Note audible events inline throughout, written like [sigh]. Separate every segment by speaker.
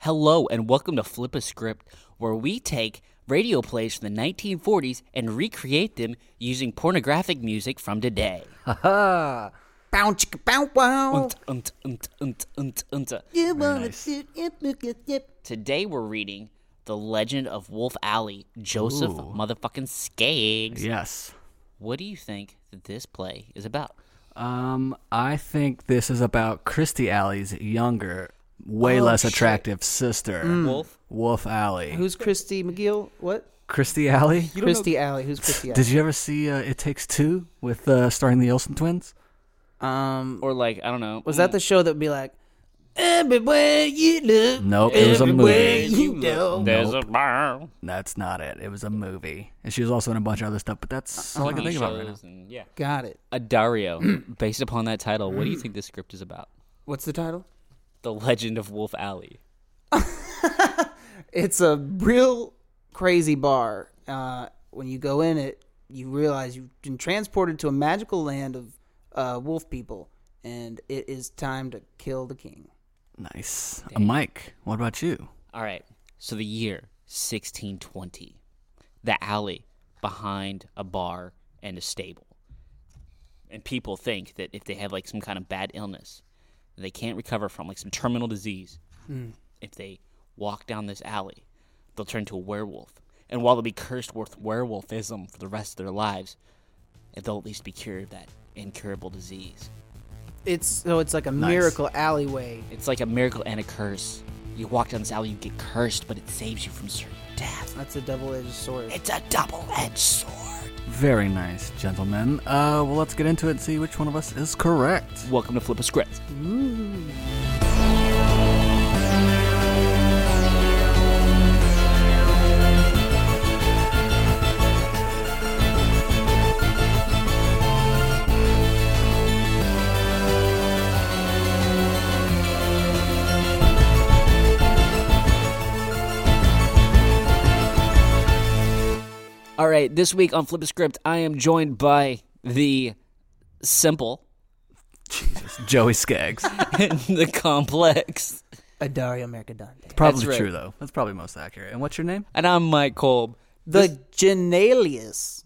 Speaker 1: Hello, and welcome to Flip a Script, where we take radio plays from the 1940s and recreate them using pornographic music from today.
Speaker 2: Ha Bow chicka bow wow.
Speaker 1: Unt, unt, unt, unt, unt, unt.
Speaker 2: You wanna sit and look at it.
Speaker 1: Today we're reading The Legend of Wolf Alley, Joseph
Speaker 3: Ooh.
Speaker 1: motherfucking Skaggs.
Speaker 3: Yes.
Speaker 1: What do you think that this play is about?
Speaker 3: Um, I think this is about Christy Alley's younger, way less attractive sister,
Speaker 1: Wolf?
Speaker 3: Wolf Alley.
Speaker 2: Who's Christy McGill? What?
Speaker 3: Christy Alley?
Speaker 2: Christy Alley. Who's Christy Alley?
Speaker 3: Did you ever see uh, It Takes Two with uh, starring the Olsen twins?
Speaker 2: Um,
Speaker 1: Or like, I don't know.
Speaker 2: was that the show that would be like, everywhere you look,
Speaker 3: Nope, it was a
Speaker 2: everywhere
Speaker 3: movie.
Speaker 2: you know?
Speaker 1: There's a bar.
Speaker 3: [laughs] That's not it. It was a movie, and she was also in a bunch of other stuff. But that's all I can think about right now.
Speaker 1: Shows and- yeah.
Speaker 2: Got it.
Speaker 1: A
Speaker 3: [clears throat]
Speaker 1: Dario. Based upon that title, what do you think this script is about?
Speaker 2: What's the title?
Speaker 1: The Legend of Wolf Alley.
Speaker 2: It's a real crazy bar. Uh, when you go in it, you realize you've been transported to a magical land of uh, wolf people, and it is time to kill the king.
Speaker 3: Nice. Uh, Mike, what about you?
Speaker 1: All right. So the year 1620. The alley behind a bar and a stable. And people think that if they have like some kind of bad illness that they can't recover from, like some terminal disease, if they walk down this alley, they'll turn to a werewolf. And while they'll be cursed with werewolfism for the rest of their lives, they'll at least be cured of that incurable disease.
Speaker 2: It's so it's like a miracle alleyway.
Speaker 1: It's like a miracle and a curse. You walk down this alley, you get cursed, but it saves you from certain death.
Speaker 2: That's a double-edged sword.
Speaker 1: It's a double edged sword.
Speaker 3: Very nice, gentlemen. Uh, well, let's get into it and see which one of us is correct.
Speaker 1: Welcome to Flip a Script. All right, this week on Flip a Script, I am joined by the simple,
Speaker 3: Joey Skaggs.
Speaker 1: and the complex,
Speaker 2: A Dario Mercadante.
Speaker 3: Probably
Speaker 1: right.
Speaker 3: true though. That's probably most accurate. And what's your name?
Speaker 1: and I'm Mike Kolb. [laughs]
Speaker 2: The Genalius.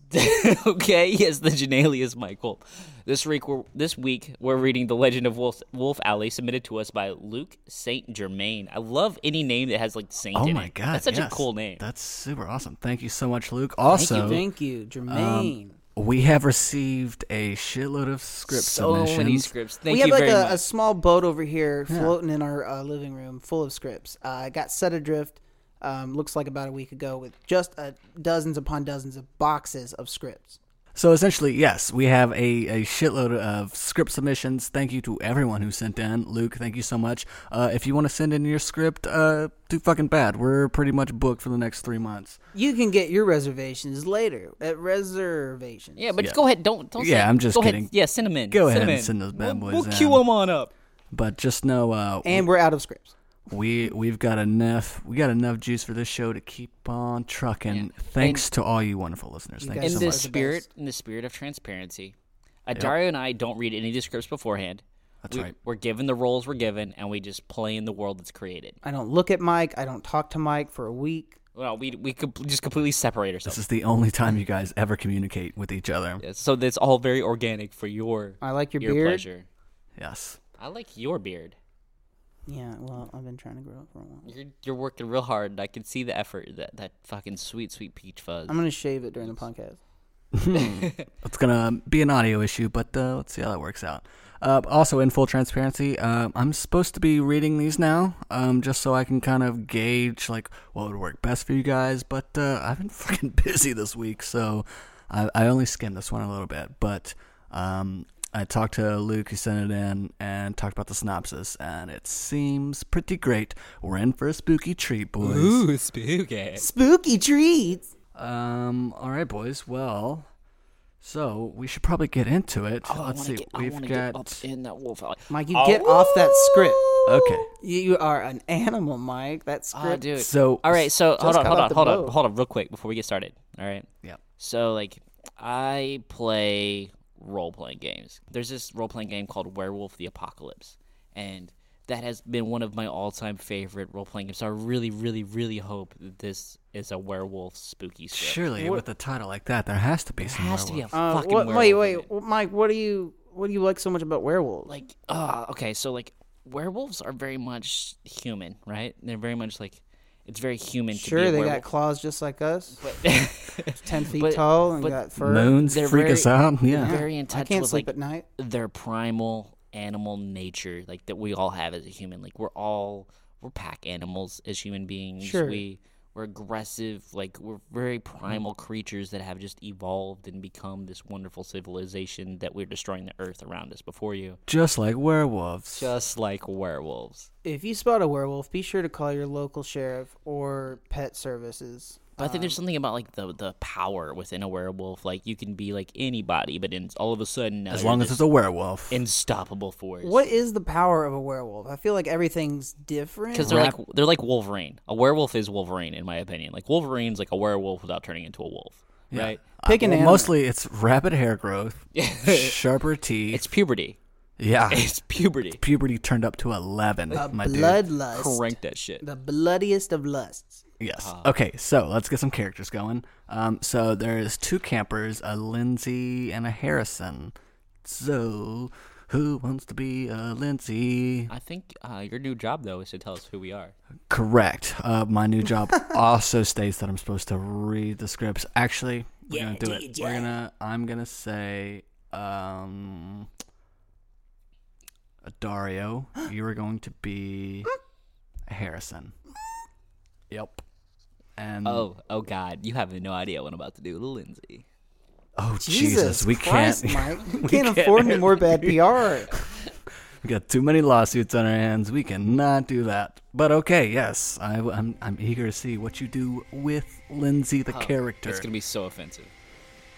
Speaker 1: okay, yes, the Genalius Michael. This week, we're, this week we're reading the Legend of Wolf, Wolf Alley, submitted to us by Luke Saint Germain. I love any name that has like Saint.
Speaker 3: Oh
Speaker 1: in
Speaker 3: my
Speaker 1: it.
Speaker 3: god,
Speaker 1: that's such
Speaker 3: yes.
Speaker 1: a cool name.
Speaker 3: That's super awesome. Thank you so much, Luke. Also,
Speaker 2: Thank
Speaker 1: um,
Speaker 2: you, Jermaine.
Speaker 3: we have received a shitload of script
Speaker 1: so
Speaker 3: submissions.
Speaker 1: many scripts. Thank
Speaker 2: we have
Speaker 1: you
Speaker 2: like
Speaker 1: very
Speaker 2: a,
Speaker 1: much.
Speaker 2: a small boat over here floating in our uh, living room full of scripts. Uh, I got set adrift, um, looks like about a week ago, with just uh, dozens upon dozens of boxes of scripts.
Speaker 3: So essentially, yes, we have a, a shitload of script submissions. Thank you to everyone who sent in. Luke, thank you so much. Uh, if you want to send in your script, uh, do fucking bad. We're pretty much booked for the next three months.
Speaker 2: You can get your reservations later at reservations.
Speaker 1: yeah, but go ahead. Don't don't.
Speaker 3: Yeah,
Speaker 1: say-
Speaker 3: I'm just
Speaker 1: go
Speaker 3: kidding.
Speaker 1: Ahead. Yeah, send them in. send
Speaker 3: Go ahead
Speaker 1: 'em
Speaker 3: and
Speaker 1: in.
Speaker 3: send those bad
Speaker 1: We'll,
Speaker 3: boys
Speaker 1: we'll
Speaker 3: in.
Speaker 1: queue them on up.
Speaker 3: But just know, uh,
Speaker 2: And we're out of scripts.
Speaker 3: we we've got enough we got enough juice for this show to keep on trucking. Thanks to all you wonderful listeners. Thank you
Speaker 2: guys
Speaker 1: in
Speaker 3: so
Speaker 1: the
Speaker 3: much.
Speaker 2: are the
Speaker 1: spirit
Speaker 2: best.
Speaker 1: in the spirit of transparency adario and i don't read any of the scripts beforehand
Speaker 3: That's
Speaker 1: we,
Speaker 3: right.
Speaker 1: we're given the roles we're given and we just play in the world that's created
Speaker 2: I don't look at Mike. I don't talk to Mike for a week.
Speaker 1: well we, we com- just completely separate
Speaker 3: This
Speaker 1: ourselves
Speaker 3: is the only time you guys ever communicate with each other.
Speaker 1: so that's all very organic for your
Speaker 2: I like your,
Speaker 1: your
Speaker 2: beard.
Speaker 1: pleasure
Speaker 3: Yes.
Speaker 1: i like your beard
Speaker 2: Yeah, well, I've been trying to grow it for a while.
Speaker 1: you're, you're working real hard and i can see the effort that that fucking sweet sweet peach fuzz
Speaker 2: I'm gonna shave it during the podcast.
Speaker 3: It's gonna be an audio issue, but uh, let's see how that works out. Uh, also, in full transparency, uh, I'm supposed to be reading these now, um, just so I can kind of gauge like what would work best for you guys. But uh, [laughs] I've been fucking busy this week, so I, I only skimmed this one a little bit. But um, I talked to Luke, who sent it in, and talked about the synopsis, and it seems pretty great. We're in for a spooky treat, boys.
Speaker 1: spooky
Speaker 2: Spooky treats.
Speaker 3: Um. All right, boys. Well, so we should probably get into it.
Speaker 1: Oh, I
Speaker 3: Let's
Speaker 1: wanna
Speaker 3: see.
Speaker 1: Get, I
Speaker 3: We've
Speaker 1: wanna
Speaker 3: got
Speaker 1: get up in that wolf alley.
Speaker 2: Mike, you get off that script.
Speaker 3: okay.
Speaker 2: You, you are an animal, Mike. That script.
Speaker 1: Oh, dude.
Speaker 3: So
Speaker 1: all right, so hold on,
Speaker 2: got
Speaker 1: hold
Speaker 2: off
Speaker 1: on,
Speaker 2: the
Speaker 1: hold on,
Speaker 2: boat.
Speaker 1: hold on, real quick before we get started. All right.
Speaker 3: Yeah.
Speaker 1: So like I play role playing games. There's this role playing game called Werewolf the Apocalypse and that has been one of my all-time favorite role-playing games. So I really, really, really hope that this is a werewolf spooky strip.
Speaker 3: Surely, with a title like that, there has to be
Speaker 1: There
Speaker 3: some.
Speaker 1: has to be a
Speaker 3: werewolf.
Speaker 2: Uh,
Speaker 1: fucking
Speaker 2: what,
Speaker 1: werewolf.
Speaker 2: wait,
Speaker 1: in
Speaker 2: wait,
Speaker 1: it.
Speaker 2: w- Mike. What do you what do you like so much about werewolves?
Speaker 1: Like, ah, okay. So like, werewolves are very much human, right? They're very much like, it's very human.
Speaker 2: sure,
Speaker 1: to be a
Speaker 2: they got
Speaker 1: werewolf.
Speaker 2: claws just like us,
Speaker 1: [laughs] But-
Speaker 2: ten feet
Speaker 1: but-
Speaker 2: tall and
Speaker 1: but
Speaker 2: got fur.
Speaker 3: Moons
Speaker 1: They're
Speaker 3: freak
Speaker 1: very-
Speaker 3: us out. Yeah.
Speaker 1: very in
Speaker 2: I
Speaker 1: touch
Speaker 2: can't
Speaker 1: with
Speaker 2: sleep
Speaker 1: like
Speaker 2: at night.
Speaker 1: their primal animal nature, like that we all have as a human. Like we're all we're pack animals as human beings.
Speaker 2: Sure.
Speaker 1: We we're aggressive, like we're very primal creatures that have just evolved and become this wonderful civilization that we're destroying the earth around us before you.
Speaker 3: Just like werewolves.
Speaker 1: Just like werewolves.
Speaker 2: If you spot a werewolf, be sure to call your local sheriff or pet services.
Speaker 1: But I think there's something about like the the power within a werewolf. Like you can be like anybody, but in all of a sudden, now
Speaker 3: as
Speaker 1: you're
Speaker 3: long as
Speaker 1: this
Speaker 3: it's a werewolf.
Speaker 1: unstoppable force.
Speaker 2: What is the power of a werewolf? I feel like everything's different.
Speaker 1: Because they're like they're like Wolverine. A werewolf is Wolverine, in my opinion. Like Wolverine's like a werewolf without turning into a wolf, right?
Speaker 3: Uh,
Speaker 2: Pick an
Speaker 3: well,
Speaker 2: animal.
Speaker 3: Mostly, it's rapid hair
Speaker 1: [laughs]
Speaker 3: growth, sharper teeth.
Speaker 1: It's puberty. [laughs]
Speaker 3: yeah,
Speaker 1: It's puberty.
Speaker 3: puberty turned up to eleven. my dude.
Speaker 2: bloodlust,
Speaker 1: Crank that shit.
Speaker 2: the bloodiest of lusts.
Speaker 3: Yes. okay, so let's get some characters going. Um, so there's two campers, a Lindsay and a Harrison. So, who wants to be a Lindsay?
Speaker 1: I think uh, your new job though is to tell us who we are.
Speaker 3: Correct. Uh, my new job [laughs] also states that I'm supposed to read the scripts. Actually, we're gonna do, it. We're gonna. I'm gonna say, um, [gasps] Dario, you are going to be Harrison. Yep.
Speaker 2: Hmm.
Speaker 3: And
Speaker 1: Oh, oh God, you have no idea what I'm about to do to Lindsay.
Speaker 3: oh
Speaker 2: Jesus,
Speaker 3: Jesus, [laughs] we
Speaker 2: Christ,
Speaker 3: can't.
Speaker 1: [laughs]
Speaker 2: Mike. We, can't afford any more bad PR.
Speaker 3: We got too many lawsuits on our hands. We cannot do that. But okay, yes, I, am I'm eager to see what you do with Lindsay the character.
Speaker 1: It's gonna be so offensive.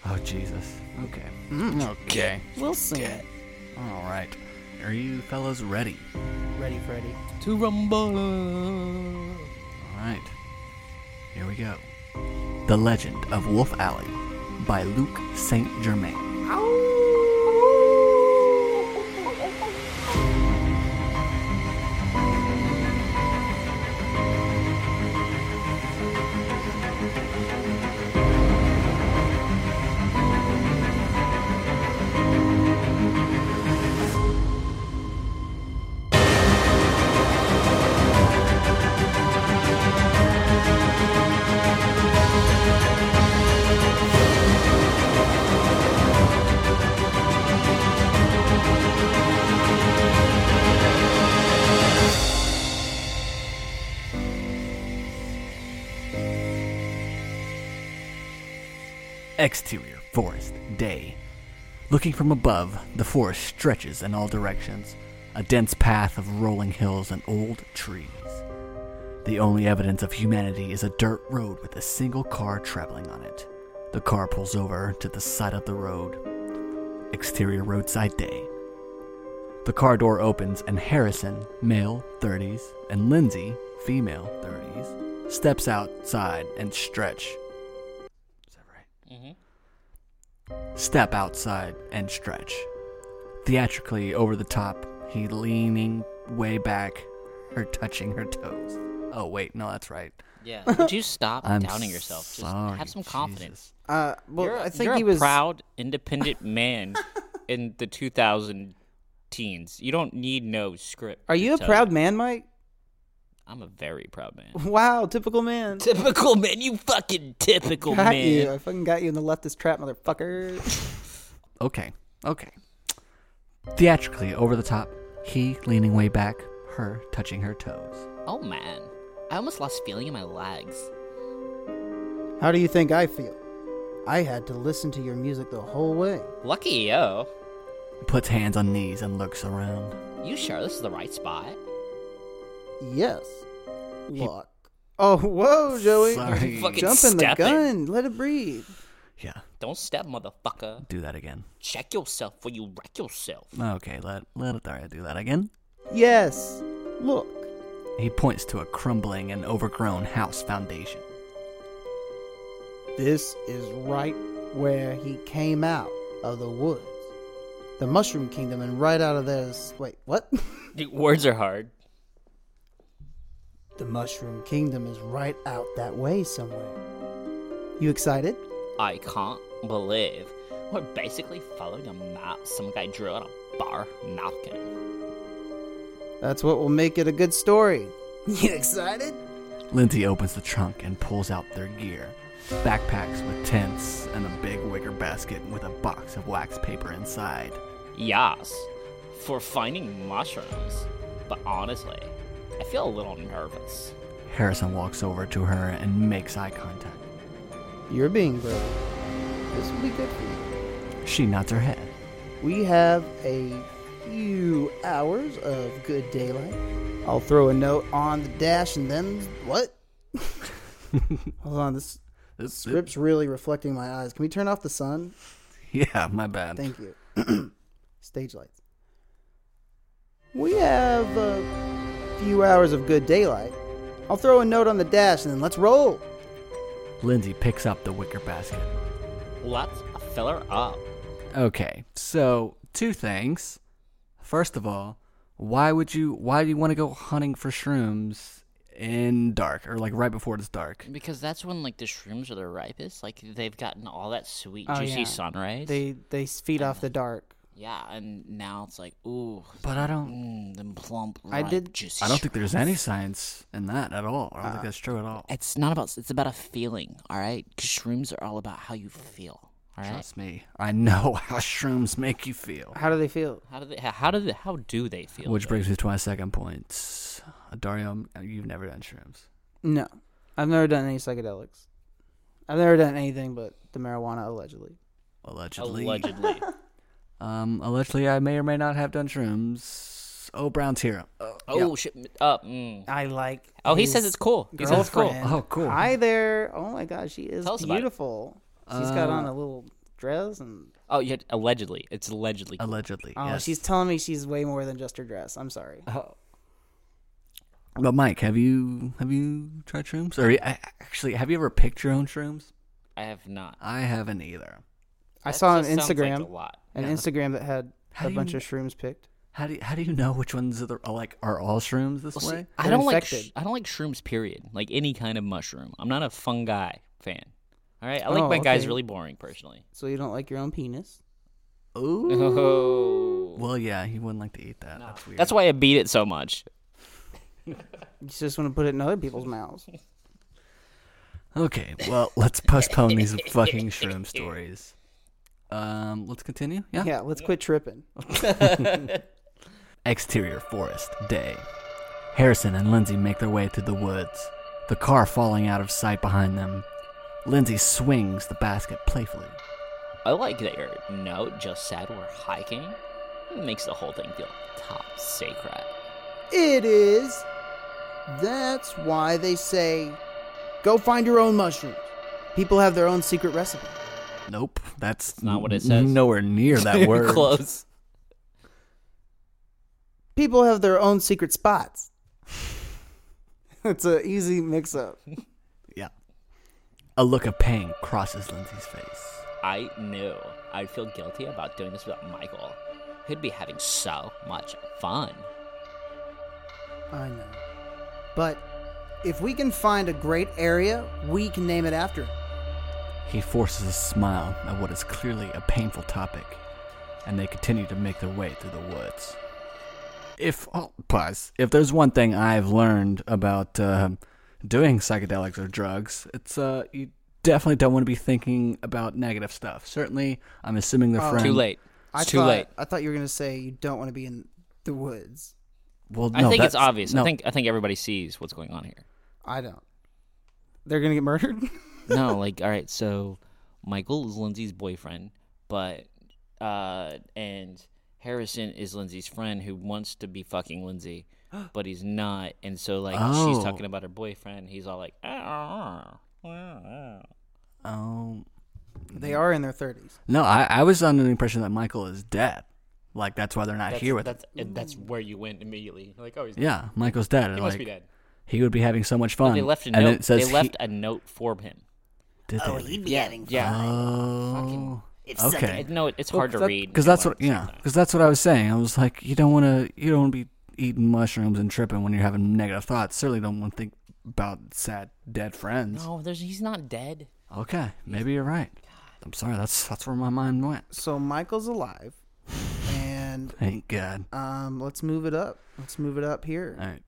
Speaker 3: Oh Jesus. Okay. Okay.
Speaker 2: We'll sing it.
Speaker 3: All right. Are you fellas ready?
Speaker 2: Ready, Freddy.
Speaker 1: To rumble.
Speaker 3: All right. Here we go. The Legend of Wolf Alley by Luke Saint Germain. Exterior forest day. Looking from above, the forest stretches in all directions, a dense path of rolling hills and old trees. The only evidence of humanity is a dirt road with a single car traveling on it. The car pulls over to the side of the road. Exterior roadside day. The car door opens and Harrison, male, 30s, and Lindsay, female, 30s, steps outside and stretch. Is that right? step outside and stretch. Theatrically over the top, he leaning way back, her touching her toes. Oh wait, no, that's right.
Speaker 2: [laughs]
Speaker 1: Yeah. Would you stop
Speaker 3: I'm
Speaker 1: doubting yourself? Just
Speaker 3: sorry,
Speaker 1: have some confidence.
Speaker 3: Jesus.
Speaker 2: Uh, well,
Speaker 1: You're a-
Speaker 2: I think
Speaker 1: you're
Speaker 2: he
Speaker 1: a
Speaker 2: was
Speaker 1: proud,
Speaker 2: [laughs]
Speaker 1: independent man in the 2000 teens. You don't need no script.
Speaker 2: Are
Speaker 1: to
Speaker 2: you a
Speaker 1: tell
Speaker 2: proud man, Mike?
Speaker 1: I'm a very proud man.
Speaker 2: Wow, typical
Speaker 1: [laughs]
Speaker 2: man.
Speaker 1: typical man, you fucking typical
Speaker 2: got
Speaker 1: man.
Speaker 2: you. I fucking got you in the leftist trap, motherfucker.
Speaker 3: Okay, okay. Theatrically over the top, he leaning way back, her touching her toes.
Speaker 1: Oh man, I almost lost feeling in my legs.
Speaker 2: How do you think I feel? I had to listen to your music the whole way.
Speaker 1: Lucky yo.
Speaker 3: Puts hands on knees and looks around.
Speaker 1: You sure this is the right spot?
Speaker 2: Yes. Look. Oh, whoa, Joey.
Speaker 3: Sorry.
Speaker 1: Fucking
Speaker 2: Jumping the
Speaker 1: stepping.
Speaker 2: gun. Let it breathe.
Speaker 3: Yeah,
Speaker 1: Don't step, motherfucker.
Speaker 3: do that again.
Speaker 1: Check yourself or you wreck yourself.
Speaker 3: Okay, let let it Daria do that again.
Speaker 2: Yes. Look.
Speaker 3: He points to a crumbling and overgrown house foundation.
Speaker 2: This is right where he came out of the woods. The Mushroom Kingdom, and right out of there is. Wait, what? [laughs]
Speaker 1: Dude, words are hard.
Speaker 2: The Mushroom Kingdom is right out that way somewhere. You excited?
Speaker 1: I can't believe we're basically following a map some guy drew on a bar napkin.
Speaker 2: That's what will make it a good story. [laughs] You excited?
Speaker 3: Lindsay opens the trunk and pulls out their gear backpacks with tents and a big wicker basket with a box of wax paper inside.
Speaker 1: Yes, for finding mushrooms. But honestly, I feel a little nervous.
Speaker 3: Harrison walks over to her and makes eye contact.
Speaker 2: You're being brave. This will be good for you.
Speaker 3: She nods her head.
Speaker 2: We have a few hours of good daylight. I'll throw a note on the dash and then what? [laughs] Hold on, this
Speaker 3: [laughs]
Speaker 2: script's really reflecting my eyes. Can we turn off the sun?
Speaker 3: Yeah, my bad.
Speaker 2: Thank you.
Speaker 3: [clears throat]
Speaker 2: Stage lights. We have a few hours of good daylight. I'll throw a note on the dash and then let's roll.
Speaker 3: Lindsay picks up the wicker basket.
Speaker 1: Let's fill her up.
Speaker 3: Okay, so two things. First of all, why would you why do you want to go hunting for shrooms in dark or like right before it's dark?
Speaker 1: Because that's when like the shrooms are the ripest. Like they've gotten all that sweet,
Speaker 2: Oh,
Speaker 1: juicy
Speaker 2: yeah.
Speaker 1: sunrise.
Speaker 2: They they feed off the dark.
Speaker 1: yeah, and now it's like ooh,
Speaker 3: But I don't
Speaker 1: mm, them plump,
Speaker 2: I
Speaker 1: ripe,
Speaker 2: did-
Speaker 1: juicy.
Speaker 3: I don't think there's any science in that at all. I don't think that's true at all.
Speaker 1: it's not about. It's about a feeling. All right, 'Cause shrooms are all about how you feel. All right.
Speaker 3: Trust me, I know [laughs] how shrooms make you feel.
Speaker 2: How do they feel?
Speaker 1: How do they? How, how do they? How do they feel?
Speaker 3: Which
Speaker 1: though?
Speaker 3: brings me to my second point. Dario, you've never done shrooms.
Speaker 2: No, I've never done any psychedelics. I've never done anything but the marijuana allegedly.
Speaker 3: Allegedly. [laughs]
Speaker 1: allegedly.
Speaker 3: Um, allegedly, I may or may not have done shrooms. Oh, Brown's here. Oh,
Speaker 1: oh shit! Uh, mm.
Speaker 2: I like.
Speaker 1: Oh, he says it's cool. He says it's cool.
Speaker 2: girlfriend.
Speaker 3: Oh, cool.
Speaker 2: Hi there. Oh my God, she is
Speaker 1: Tell us about it.
Speaker 2: beautiful. She's got on a little dress, and
Speaker 1: Oh, yeah. Allegedly, it's allegedly. cool.
Speaker 3: allegedly.
Speaker 2: oh,
Speaker 3: yes. Uh-huh.
Speaker 2: she's telling me she's way more than just her dress. I'm sorry.
Speaker 3: But Mike, have you have you tried shrooms? Or a- actually, have you ever picked your own shrooms?
Speaker 1: I have not.
Speaker 3: I haven't either.
Speaker 2: I
Speaker 1: That
Speaker 2: saw on
Speaker 1: just sounds
Speaker 2: Instagram
Speaker 1: Like a lot.
Speaker 2: an Instagram that had
Speaker 3: How
Speaker 2: a
Speaker 3: do
Speaker 2: bunch
Speaker 3: you-
Speaker 2: of shrooms picked.
Speaker 3: How do you, how do you know which ones are the, are like are all shrooms this
Speaker 1: Well, see,
Speaker 3: way?
Speaker 1: I
Speaker 2: They're
Speaker 1: don't like
Speaker 2: infected.
Speaker 1: sh- I don't like shrooms. Period. Like any kind of mushroom. I'm not a fungi fan. All right. I like
Speaker 2: Oh,
Speaker 1: my guys
Speaker 2: okay.
Speaker 1: really boring personally. [laughs]
Speaker 2: So you don't like your own penis?
Speaker 3: Ooh.
Speaker 1: Oh.
Speaker 3: Well, yeah, he wouldn't like to eat that. That's weird.
Speaker 1: That's why I beat it so much.
Speaker 2: You just want to put it in other people's mouths.
Speaker 3: [laughs] okay. Well, let's postpone these fucking shroom stories. Um, let's continue. Yeah.
Speaker 2: Yeah, let's quit tripping.
Speaker 3: Exterior forest, day. Harrison and Lindsay make their way through the woods, the car falling out of sight behind them. Lindsay swings the basket playfully.
Speaker 1: I like that your note just said we're hiking. It makes the whole thing feel top secret.
Speaker 2: It is. That's why they say, go find your own mushrooms. People have their own secret recipe.
Speaker 3: Nope, that's
Speaker 1: not what it says.
Speaker 3: Nowhere
Speaker 1: [laughs]
Speaker 3: near that word.
Speaker 1: Close.
Speaker 2: People have their own secret spots. [laughs] it's an easy mix
Speaker 3: [laughs]
Speaker 2: up.
Speaker 3: Yeah. A look of pain crosses Lindsay's face.
Speaker 1: I knew I'd feel guilty about doing this without Michael. He'd be having so much fun.
Speaker 2: I know. But if we can find a great area, we can name it after him.
Speaker 3: He forces a smile at what is clearly a painful topic, and they continue to make their way through the woods. If oh, pause, if there's one thing I've learned about uh, doing psychedelics or drugs, it's uh, you definitely don't want to be thinking about negative stuff. Certainly, I'm assuming they're friends.
Speaker 1: Too late. It's
Speaker 2: Mm. I
Speaker 1: too
Speaker 2: thought,
Speaker 1: late.
Speaker 2: I thought you were going to say you don't want to be in the woods.
Speaker 3: Well,
Speaker 1: I
Speaker 3: no,
Speaker 1: think it's
Speaker 3: that's-
Speaker 1: obvious.
Speaker 3: no,
Speaker 1: I think I think everybody sees what's going on here.
Speaker 2: I don't. They're going to get murdered? [laughs]
Speaker 1: no, like all right, so Michael is Lindsay's boyfriend, but uh and Harrison is Lindsay's friend who wants to be fucking Lindsay,
Speaker 3: [gasps]
Speaker 1: but he's not, and so like she's
Speaker 3: Oh.
Speaker 1: talking about her boyfriend, he's all like "Ah, ah, ah."
Speaker 3: Um,
Speaker 2: they are in their 30s.
Speaker 3: no, I, I was under the impression that Michael is dead. Like that's why they're not
Speaker 1: that's,
Speaker 3: here with.
Speaker 1: that's and that's where you went immediately. You're like, oh he's
Speaker 3: Yeah, Michael's dead.
Speaker 1: he
Speaker 3: and,
Speaker 1: must
Speaker 3: like,
Speaker 1: be dead.
Speaker 3: He would be having so much fun.
Speaker 1: They left a
Speaker 3: and then
Speaker 1: note.
Speaker 3: it says
Speaker 1: they
Speaker 3: he-
Speaker 1: left Oh, a note for him.
Speaker 3: Did they leave?
Speaker 2: be having
Speaker 1: Yeah.
Speaker 3: Oh, okay.
Speaker 1: no, it, it's hard to read.
Speaker 3: Because that's what yeah. Because that's what I was saying. I was like, you don't want to. You don't want to be eating mushrooms and tripping when you're having negative thoughts. Certainly don't want to think about sad dead friends.
Speaker 1: No, there's he's not dead.
Speaker 3: Okay, maybe you're right. I'm sorry. That's that's where my mind went.
Speaker 2: So Michael's alive, and
Speaker 3: Thank God.
Speaker 2: um, let's move it up. Let's move it up here.
Speaker 3: All
Speaker 1: Uh.
Speaker 3: right.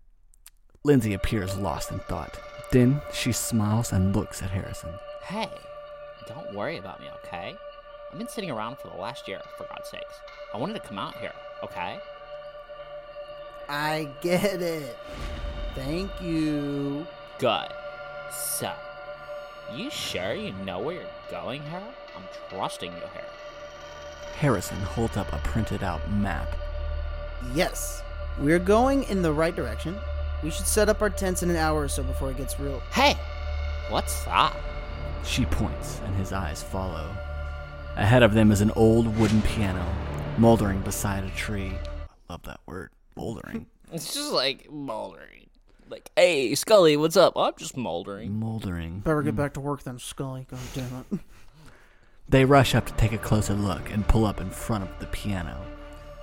Speaker 3: Lindsay appears lost in thought. Then she smiles and looks at Harrison.
Speaker 1: Hey, don't worry about me, okay? I've been sitting around for the last year, for God's sakes. I wanted to come out here, okay?
Speaker 2: I get it. Thank you.
Speaker 1: Good. So, you sure you know where you're going, Harold? I'm trusting you, Harold.
Speaker 3: Harrison holds up a printed out map.
Speaker 2: Yes, we're going in the right direction. We should set up our tents in an hour or so before it gets real.
Speaker 1: Hey, what's that?
Speaker 3: She points, and his eyes follow. Ahead of them is an old wooden piano, moldering beside a tree. I love that word,
Speaker 2: [laughs]
Speaker 3: moldering.
Speaker 1: It's just like moldering. Like, hey, Scully, what's up? I'm just moldering.
Speaker 3: moldering.
Speaker 2: Better
Speaker 1: Hmm.
Speaker 2: get back to work then, Scully. God damn it.
Speaker 3: They rush up to take a closer look and pull up in front of the piano.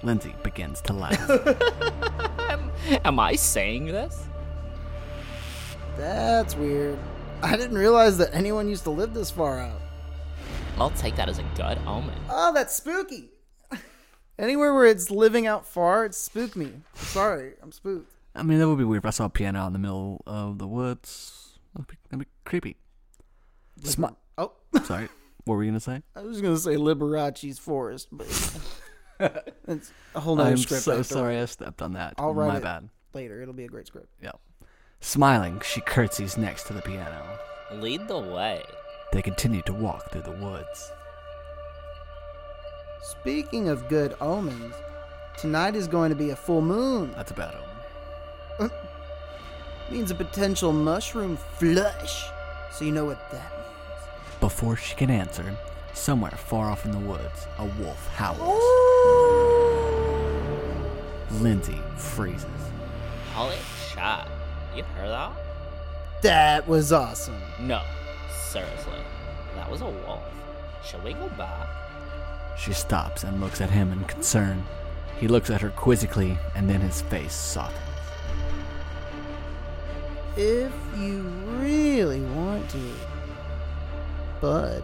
Speaker 3: Lindsay begins
Speaker 2: [laughs]
Speaker 3: to laugh.
Speaker 1: Am I saying this?
Speaker 2: [laughs] That's weird. I didn't realize that anyone used to live this far out.
Speaker 1: I'll take that as a good omen.
Speaker 2: Oh, that's spooky. Anywhere where it's living out far, it spooked me. Sorry, I'm spooked.
Speaker 3: I mean, that would be weird if I saw a piano out in the middle of the woods. That'd be, that'd be creepy. Smi-
Speaker 2: Oh,
Speaker 3: Sorry, what were you
Speaker 2: [laughs]
Speaker 3: gonna say?
Speaker 2: I was gonna say Liberace's forest, [laughs] but it's a whole nother
Speaker 3: I'm
Speaker 2: script.
Speaker 3: so
Speaker 2: after-
Speaker 3: sorry I stepped on that.
Speaker 2: I'll write
Speaker 3: My
Speaker 2: it
Speaker 3: bad.
Speaker 2: later. It'll be a great script.
Speaker 3: Yeah. Smiling, she curtsies next to the piano.
Speaker 1: Lead the way.
Speaker 3: They continue to walk through the woods.
Speaker 2: Speaking of good omens, tonight is going to be a full moon.
Speaker 3: That's about it.
Speaker 2: means a potential mushroom flush. So you know what that means.
Speaker 3: Before she can answer, somewhere far off in the woods, a wolf howls. Lindsay freezes.
Speaker 1: Holy shit. You heard that?
Speaker 2: That was awesome.
Speaker 1: No. Seriously. That was a wolf. Shall we go back?
Speaker 3: She stops and looks at him in concern. He looks at her quizzically, and then his face softens.
Speaker 2: If you really want to. But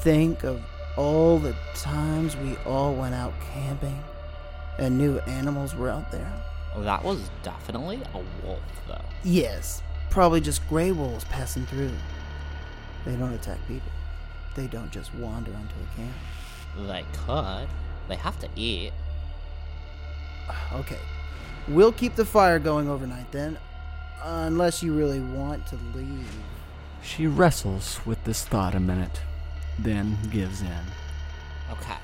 Speaker 2: think of all the times we all went out camping and new animals were out there.
Speaker 1: That was definitely a wolf, though.
Speaker 2: Yes, probably just gray wolves passing through. They don't attack people. They don't just wander onto a camp.
Speaker 1: They could. They have to eat.
Speaker 2: Okay. We'll keep the fire going overnight then. Unless you really want to leave.
Speaker 3: She wrestles with this thought a minute, then gives in.
Speaker 1: Okay.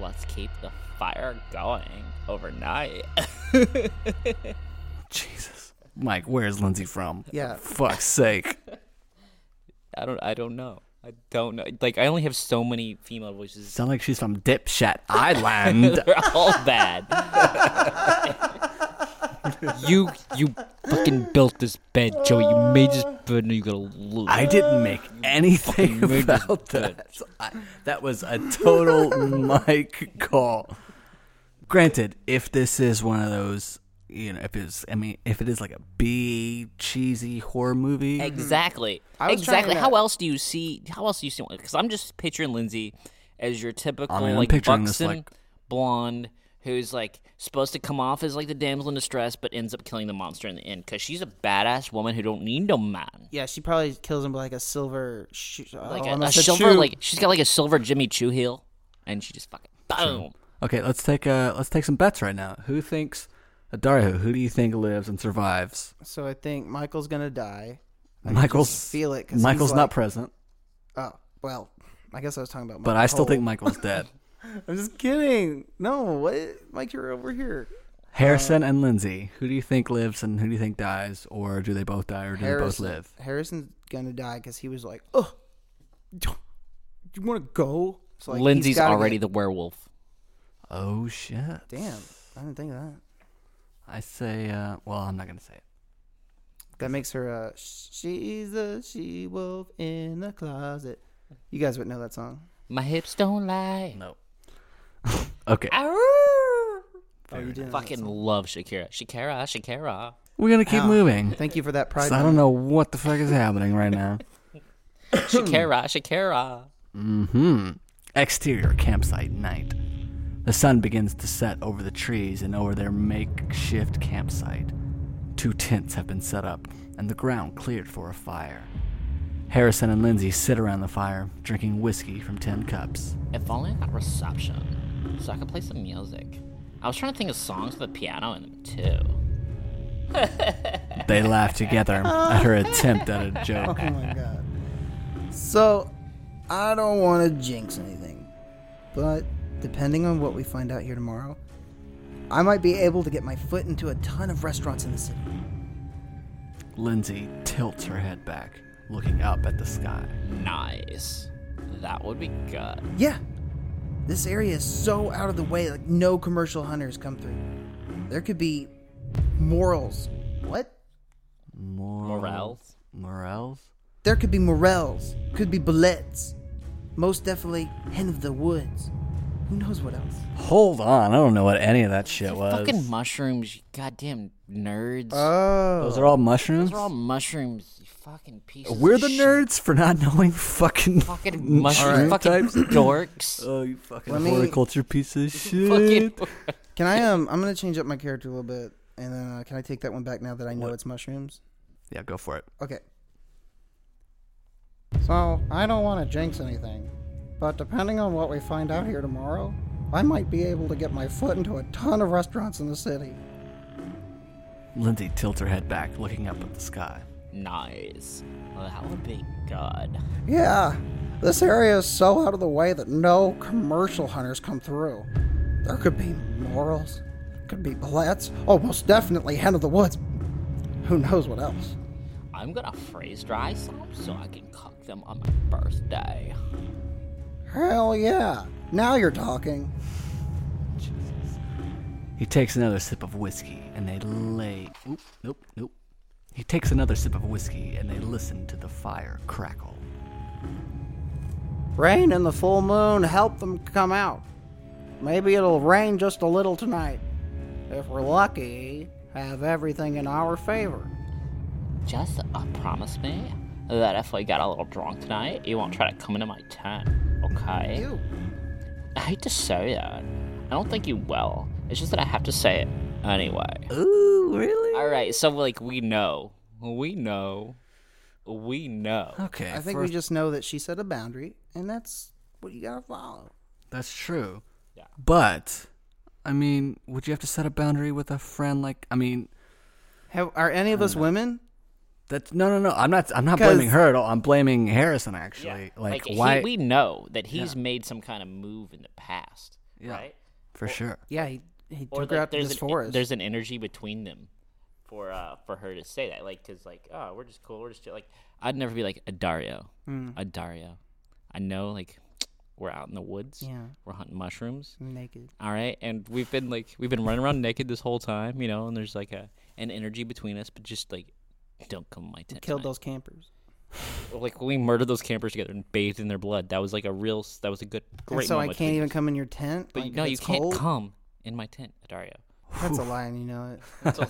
Speaker 1: Let's keep the fire going overnight. [laughs]
Speaker 3: Jesus. Mike, where's Lindsay from?
Speaker 2: Yeah.
Speaker 3: Fuck's sake.
Speaker 1: I don't. I don't know. I don't know. Like I only have so many female voices. [laughs]
Speaker 3: Sound like she's from Dipshat Island.
Speaker 1: They're all bad. you you fucking built this bed, Joey. You made this bed, and you're gonna lose.
Speaker 3: I didn't make anything [laughs]
Speaker 1: Fucking made this
Speaker 3: about that. I, that was a total
Speaker 2: [laughs]
Speaker 3: Mike call. Granted, if this is one of those, you know, if it's, I mean, if it is like a B cheesy horror movie,
Speaker 1: Exactly.
Speaker 2: Mm-hmm. I was trying
Speaker 1: exactly.
Speaker 2: to-
Speaker 1: How else do you see? How else do you see? Because I'm just picturing Lindsay as your typical
Speaker 3: I mean, I'm
Speaker 1: like
Speaker 3: picturing this,
Speaker 1: buxom
Speaker 3: like-
Speaker 1: blonde who's like supposed to come off as like the damsel in distress, but ends up killing the monster in the end because she's a badass woman who don't need no man.
Speaker 2: Yeah, she probably kills him with like a silver oh, shoe.
Speaker 1: Like a, a silver, like she's got like a silver Jimmy Choo heel, and she just fucking boom.
Speaker 3: okay, let's take uh let's take some bets right now. Who thinks, Dario? Who do you think lives and survives?
Speaker 2: So I think Michael's gonna die.
Speaker 3: Michael's
Speaker 2: feel it 'cause he's
Speaker 3: Michael's not
Speaker 2: like-
Speaker 3: present,
Speaker 2: Oh well, I guess I was talking about.
Speaker 3: but
Speaker 2: Michael
Speaker 3: I still
Speaker 2: Cole.
Speaker 3: think Michael's
Speaker 2: [laughs]
Speaker 3: dead.
Speaker 2: I'm just kidding. No, what, Mike? You're over here.
Speaker 3: Harrison and Lindsay, who do you think lives and who do you think dies, or do they both die, or do they both
Speaker 2: Harrison-
Speaker 3: live?
Speaker 2: Harrison's gonna die because he was like, "Oh, do you want to go?" So like, he's
Speaker 1: Lindsay's
Speaker 2: gotta
Speaker 1: already
Speaker 2: get-
Speaker 1: the werewolf.
Speaker 3: Oh shit!
Speaker 2: Damn, I didn't think of that.
Speaker 3: I say, uh, well, I'm not gonna say it.
Speaker 2: That makes her uh she's a she wolf in the closet. You guys would know that song.
Speaker 1: My hips don't lie.
Speaker 3: No. [laughs] okay.
Speaker 1: Arrgh.
Speaker 3: Very nice.
Speaker 1: Fucking love Shakira. Shakira, Shakira.
Speaker 3: We're gonna keep
Speaker 2: Wow.
Speaker 3: moving.
Speaker 2: Thank you for that pride.
Speaker 3: So I don't know what the fuck is happening right now. [laughs]
Speaker 2: Hmm.
Speaker 1: Shakira, Shakira.
Speaker 3: Hmm. Exterior campsite night. The sun begins to set over the trees and over their makeshift campsite. Two tents have been set up, and the ground cleared for a fire. Harrison and Lindsay sit around the fire, drinking whiskey from tin cups.
Speaker 1: If only I got reception, so I could play some music. I was trying to think of songs with a piano in them too.
Speaker 3: They laugh together at her attempt at a joke.
Speaker 2: [laughs] Oh my god. So, I don't want to jinx anything, but depending on what we find out here tomorrow, I might be able to get my foot into a ton of restaurants in the city.
Speaker 3: Lindsay tilts her head back, looking up at the sky.
Speaker 1: Nice. That would be good.
Speaker 2: Yeah. This area is so out of the way, like no commercial hunters come through. There could be morals. What?
Speaker 3: Mor-
Speaker 1: Morels.
Speaker 3: Morels?
Speaker 2: There could be morels. Could be bullets. Most definitely, hen of the woods. Who knows what else?
Speaker 3: Hold on, I don't know what any of that shit
Speaker 1: They're
Speaker 3: was.
Speaker 1: Fucking mushrooms, you goddamn nerds.
Speaker 3: Uh,
Speaker 2: Oh.
Speaker 3: Those are all mushrooms?
Speaker 1: Those are all mushrooms, you fucking pieces of
Speaker 3: We're the
Speaker 1: shit.
Speaker 3: nerds Mm, for not knowing fucking [laughs]
Speaker 1: Fucking mushroom
Speaker 2: Alright.
Speaker 1: fucking [laughs]
Speaker 3: types.
Speaker 1: [clears throat] dorks.
Speaker 3: Oh, you fucking
Speaker 2: Let me-
Speaker 3: horticulture piece
Speaker 1: [laughs]
Speaker 3: of
Speaker 1: fucking
Speaker 3: shit.
Speaker 2: Can I um? I'm gonna change up my character a little bit, and then uh, can I take that one back now that I know it's mushrooms?
Speaker 3: Yeah, go for it.
Speaker 2: Okay. So I don't want to jinx anything, but depending on what we find out here tomorrow, I might be able to get my foot into a ton of restaurants in the city.
Speaker 3: Lindsay tilts her head back, looking up at the sky.
Speaker 1: nice. Well, that would be good.
Speaker 2: Yeah, this area is so out of the way that no commercial hunters come through. There could be morals, could be bullets, oh, most definitely hen of the woods. Who knows what else?
Speaker 1: I'm gonna freeze dry some so I can cook them on my birthday.
Speaker 2: Hell yeah! Now you're talking.
Speaker 3: He takes another sip of whiskey, and they lay. Oop, nope, nope. He takes another sip of whiskey, and they listen to the fire crackle.
Speaker 2: Rain and the full moon help them come out. Maybe it'll rain just a little tonight. If we're lucky, have everything in our favor.
Speaker 1: Just uh, promise me that if we got a little drunk tonight, you won't try to come into my tent, okay?
Speaker 2: You.
Speaker 1: I hate to say that. I don't think you will. It's just that I have to say it anyway.
Speaker 3: Ooh, really?
Speaker 1: All right, so like we know, we know, we know.
Speaker 3: Okay.
Speaker 2: I think we just know that she set a boundary, and that's what you gotta follow.
Speaker 3: That's true.
Speaker 1: Yeah.
Speaker 3: But, I mean, would you have to set a boundary with a friend? Like, I mean,
Speaker 2: Have, are any of
Speaker 1: Mm.
Speaker 2: us women?
Speaker 3: that's no, no, no. I'm not. I'm not
Speaker 2: 'Cause-
Speaker 3: blaming her at all. I'm blaming Harrison actually. Like,
Speaker 1: he-
Speaker 3: why?
Speaker 1: we know that he's made some kind of move in the past,
Speaker 3: Yeah.
Speaker 1: right?
Speaker 3: for sure.
Speaker 2: Yeah, he, he
Speaker 1: Or
Speaker 2: took her
Speaker 1: like,
Speaker 2: out to
Speaker 1: there's
Speaker 2: this
Speaker 1: an, e,
Speaker 2: forest.
Speaker 1: there's an energy between them for uh for her to say that, like, cause like, oh, we're just cool, we're just chill." like, I'd never be like a Dario,
Speaker 2: Hmm.
Speaker 1: a Dario. I know, like, we're out in the woods,
Speaker 2: Yeah.
Speaker 1: we're hunting mushrooms,
Speaker 2: naked.
Speaker 1: all right and we've been like we've been running around [laughs] naked this whole time you know and there's like a an energy between us but just like don't come in my tent
Speaker 2: Killed
Speaker 1: tonight.
Speaker 2: those campers.
Speaker 1: like we murdered those campers together and bathed in their blood that was like a real s- that was a good great
Speaker 2: and so I
Speaker 1: moment
Speaker 2: can't
Speaker 1: between
Speaker 2: even
Speaker 1: us.
Speaker 2: come in your tent.
Speaker 1: but you
Speaker 2: like,
Speaker 1: no
Speaker 2: if
Speaker 1: you
Speaker 2: it's
Speaker 1: can't
Speaker 2: cold?
Speaker 1: come in my tent
Speaker 2: [laughs]
Speaker 1: Dario
Speaker 2: That's a
Speaker 1: [sighs]
Speaker 2: lie, and you know it.
Speaker 1: so,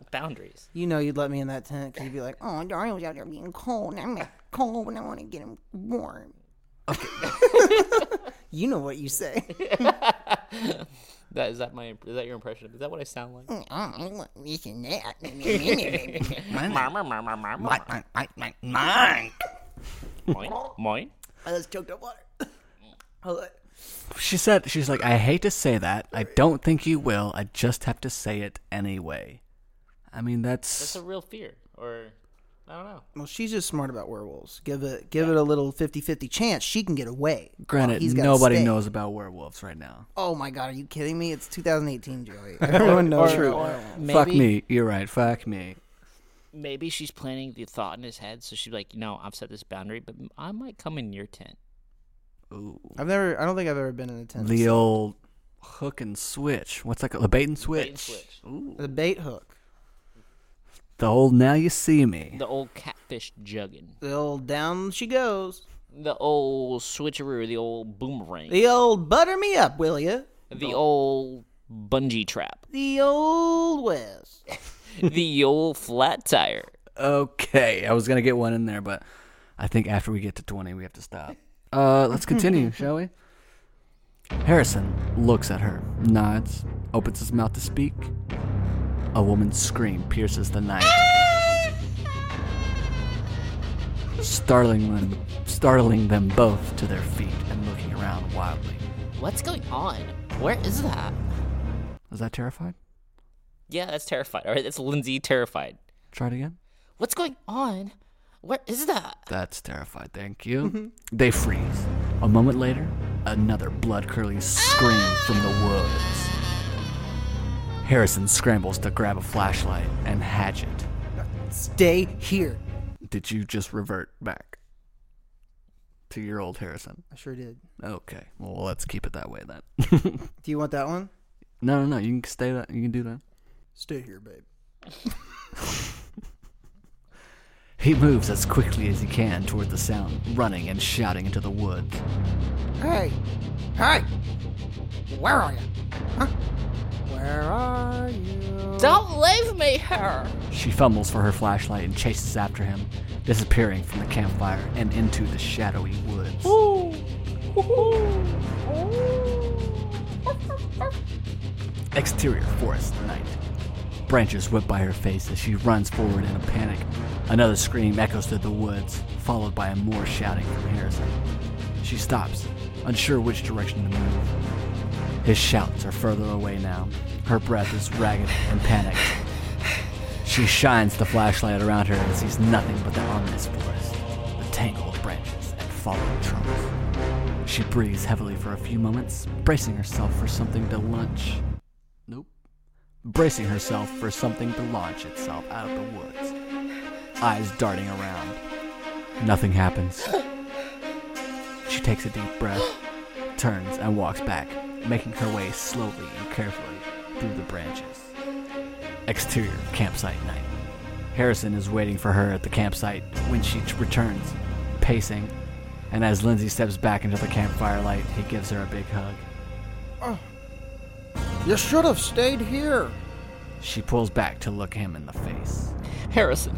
Speaker 1: [laughs] boundaries
Speaker 2: You know you'd let me in that tent because you'd be like, "Oh, Dario's out there being cold, and I'm cold, and I want to get him warm." [laughs]
Speaker 3: [laughs]
Speaker 2: you know what you say.
Speaker 1: that is that my is that your impression is that what I sound like
Speaker 2: Oh, this and [laughs] that.
Speaker 1: mine mine
Speaker 2: I just choked up water. [laughs] Hold on.
Speaker 3: She said, she's like, I hate to say that. I don't think you will. I just have to say it anyway. I mean, that's.
Speaker 1: that's a real fear or I don't know
Speaker 2: Well, she's just smart about werewolves. Give it, give it a little 50-50 chance. She can get away.
Speaker 3: granted,
Speaker 2: He's gotta
Speaker 3: nobody
Speaker 2: stay.
Speaker 3: knows about werewolves right now.
Speaker 2: Oh my god, are you kidding me? It's 2018, Joey. [laughs] Everyone knows
Speaker 1: Or-
Speaker 2: true.
Speaker 1: or
Speaker 3: Fuck
Speaker 1: maybe-
Speaker 3: me. You're right. Fuck me.
Speaker 1: maybe she's planning the thought in his head, so she's like, you know, I've set this boundary, but I might come in your tent.
Speaker 3: Ooh.
Speaker 2: I've never. I don't think I've ever been in a tent.
Speaker 3: The old hook and switch. What's that called? The bait and switch.
Speaker 1: Bait and switch.
Speaker 2: the bait hook.
Speaker 3: The old now you see me.
Speaker 1: The old catfish jugging.
Speaker 2: The old down she goes.
Speaker 1: The old switcheroo, the old boomerang.
Speaker 2: The old butter me up, will you?
Speaker 1: The old bungee
Speaker 2: [laughs]
Speaker 1: trap,
Speaker 2: The old west.
Speaker 1: the old flat tire.
Speaker 3: Okay, I was gonna get one in there, but I think after we get to twenty, we have to stop. Uh, let's
Speaker 1: [laughs]
Speaker 3: continue, shall we? Harrison looks at her, nods, opens his mouth to speak. A woman's scream pierces the night. Startling them, startling them both to their feet and looking around wildly.
Speaker 1: What's going on? Where is that?
Speaker 3: Is that terrified?
Speaker 1: Yeah, that's terrified. All right, that's Lindsay terrified.
Speaker 3: Try it again.
Speaker 1: What's going on? Where is that?
Speaker 3: That's terrified, thank you. they freeze. A moment later, another blood curdling scream from the woods. Harrison scrambles to grab a flashlight and hatchet.
Speaker 2: Stay here.
Speaker 3: Did you just revert back to your old Harrison?
Speaker 2: I sure did.
Speaker 3: Okay, well, let's keep it that way then. [laughs]
Speaker 2: Do you want that one?
Speaker 3: no, no, no, you can stay that, you can do that.
Speaker 2: Stay here, babe.
Speaker 3: He moves as quickly as he can toward the sound, running and shouting into the woods.
Speaker 2: Hey, hey, where are you? Huh? Where are you?
Speaker 1: Don't leave me here.
Speaker 3: She fumbles for her flashlight and chases after him, disappearing from the campfire and into the shadowy woods. Exterior forest night. Branches whip by her face as she runs forward in a panic. Another scream echoes through the woods, followed by more shouting from Harrison. She stops, unsure which direction to move. His shouts are further away now. Her breath is ragged and panicked. She shines the flashlight around her and sees nothing but the ominous forest, the tangled branches, and fallen trunks. She breathes heavily for a few moments, bracing herself for something to launch. Nope. Bracing herself for something to launch itself out of the woods. Eyes darting around. Nothing happens. She takes a deep breath, turns, and walks back, making her way slowly and carefully through the branches. Exterior campsite night. Harrison is waiting for her at the campsite when she t- returns, pacing, and as Lindsay steps back into the campfire light, he gives her a big hug.
Speaker 2: You should have stayed here.
Speaker 3: She pulls back to look him in the face.
Speaker 1: Harrison,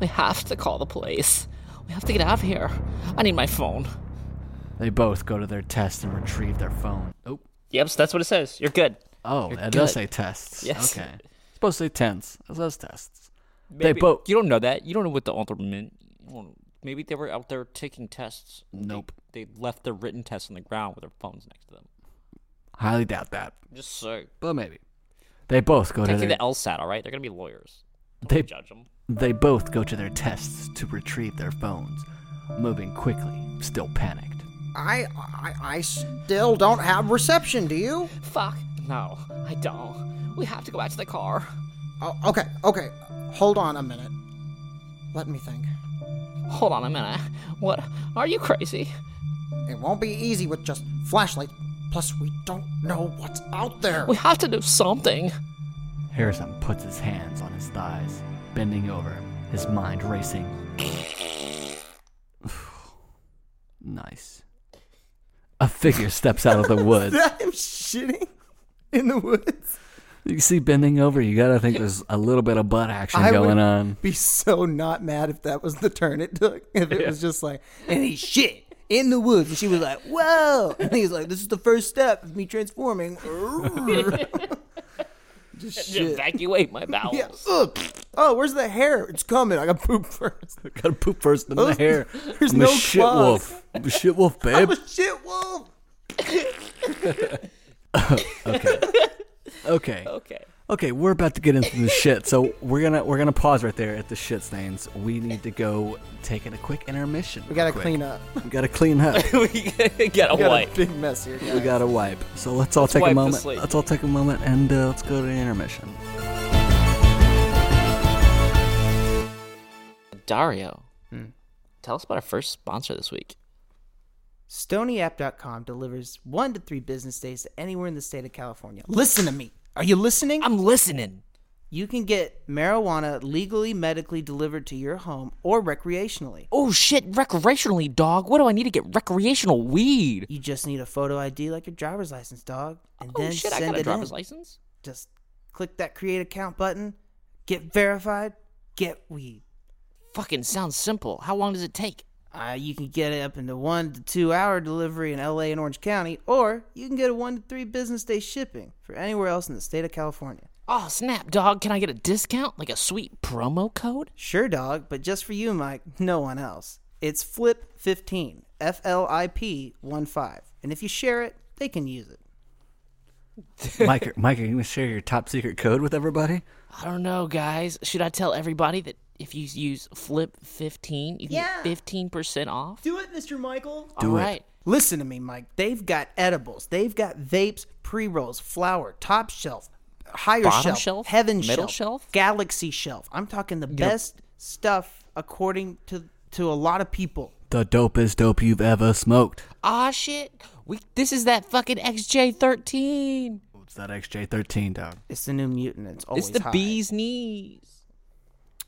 Speaker 1: we have to call the police. We have to get out of here. I need my phone.
Speaker 3: They both go to their test and retrieve their phone. Oh,
Speaker 1: Yep, so that's what it says. You're good.
Speaker 3: oh, it does
Speaker 1: good.
Speaker 3: say tests.
Speaker 1: Yes.
Speaker 3: Okay. It's supposed to say tents. It says tests.
Speaker 1: Maybe-
Speaker 3: They both.
Speaker 1: You don't know that. You don't know what the author meant. You don't- Maybe they were out there taking tests. They-
Speaker 3: Nope.
Speaker 1: They, left their written tests on the ground with their phones next to them.
Speaker 3: Highly doubt that,
Speaker 1: Just so.
Speaker 3: but maybe. They both go to
Speaker 1: Take
Speaker 3: their,
Speaker 1: the LSAT, all right? They're going to be lawyers.
Speaker 3: They-
Speaker 1: Don't judge them.
Speaker 3: they both go to their tests to retrieve their phones, moving quickly, still panicked.
Speaker 2: I, I, I still don't have reception. Do you?
Speaker 1: Fuck. No, I don't. We have to go back to the car.
Speaker 2: Oh, okay, okay. Hold on a minute. Let me think.
Speaker 1: Hold on a minute. What? Are you crazy?
Speaker 2: It won't be easy with just flashlight. Plus, we don't know what's out there.
Speaker 1: We have to do something.
Speaker 3: Harrison puts his hands on his thighs, bending over, his mind racing. [sighs] nice. A figure steps out of the [laughs] woods.
Speaker 2: I'm shitting in the woods.
Speaker 3: You see, bending over, you gotta think there's a little bit of butt action
Speaker 2: I
Speaker 3: going
Speaker 2: would-
Speaker 3: on.
Speaker 2: [laughs] Be so not mad if that was the turn it took. [laughs] If it was just like, and he shit in the woods, and she was like, "Whoa!" [laughs] And he's like, "This is the first step of me transforming." [laughs] just shit.
Speaker 1: Evacuate
Speaker 2: [laughs]
Speaker 1: my bowels.
Speaker 2: Yeah. Ugh. Oh, where's the hair? It's coming. I got poop [laughs] first.
Speaker 3: Gotta poop first in the
Speaker 2: Those-
Speaker 3: [laughs] hair.
Speaker 2: there's
Speaker 3: I'm a
Speaker 2: no
Speaker 3: shit
Speaker 2: claws.
Speaker 3: wolf. I'm a shit wolf, babe.
Speaker 2: [laughs] Shit, wolf.
Speaker 3: Okay.
Speaker 1: Okay. [laughs]
Speaker 3: Okay, we're about to get into the shit, so we're gonna we're gonna pause right there at the shit stains. We need to go take in a quick intermission.
Speaker 2: We gotta clean up.
Speaker 3: We gotta clean up.
Speaker 1: we get
Speaker 2: We got
Speaker 1: away.
Speaker 2: a big mess here.
Speaker 3: we
Speaker 2: guys.
Speaker 3: gotta wipe. So let's all take
Speaker 1: wipe the
Speaker 3: a moment.
Speaker 1: slate.
Speaker 3: Let's all take a moment and uh, let's go to the intermission.
Speaker 1: Dario,
Speaker 2: Hmm.
Speaker 1: tell us about our first sponsor this week.
Speaker 2: StonyApp.com delivers one to three business days to anywhere in the state of California. Listen to me. Are you listening?
Speaker 1: I'm listening.
Speaker 2: you can get marijuana legally medically delivered to your home or recreationally.
Speaker 1: Oh shit, recreationally, dog. What do I need to get recreational weed?
Speaker 2: You just need a photo ID like your driver's license, dog, and
Speaker 1: Oh
Speaker 2: then
Speaker 1: shit, I
Speaker 2: send
Speaker 1: got
Speaker 2: it
Speaker 1: a driver's
Speaker 2: in.
Speaker 1: license.
Speaker 2: Just click that create account button, get verified, get weed.
Speaker 1: Fucking sounds simple. How long does it take?
Speaker 2: Uh, you can get it up into one to two hour delivery in LA and Orange County, or you can get a one to three business day shipping for anywhere else in the state of California.
Speaker 1: Oh snap, dog. Can I get a discount? Like a sweet promo code?
Speaker 2: Sure, dog, but just for you, Mike, no one else. It's Flip15, F L I P 1 5. And if you share it, they can use it.
Speaker 3: [laughs] Mike, Mike, are you gonna share your top secret code with everybody?
Speaker 1: I don't know, guys. Should I tell everybody that if you use Flip fifteen, you can
Speaker 2: Yeah.
Speaker 1: get fifteen percent off?
Speaker 2: Do it, Mr. Michael.
Speaker 1: All right.
Speaker 2: Listen to me, Mike. They've got edibles, they've got vapes, pre rolls, flour, top shelf, higher
Speaker 1: Bottom
Speaker 2: shelf,
Speaker 1: shelf?
Speaker 2: heaven
Speaker 1: Middle
Speaker 2: shelf,
Speaker 1: shelf?
Speaker 2: galaxy shelf. I'm talking the best stuff according to, to a lot of people.
Speaker 3: The dopest dope you've ever smoked.
Speaker 1: Ah shit. We this is that fucking XJ thirteen.
Speaker 3: It's that XJ13, dog.
Speaker 2: It's the new mutant. It's always
Speaker 1: It's the
Speaker 2: high.
Speaker 1: bee's knees.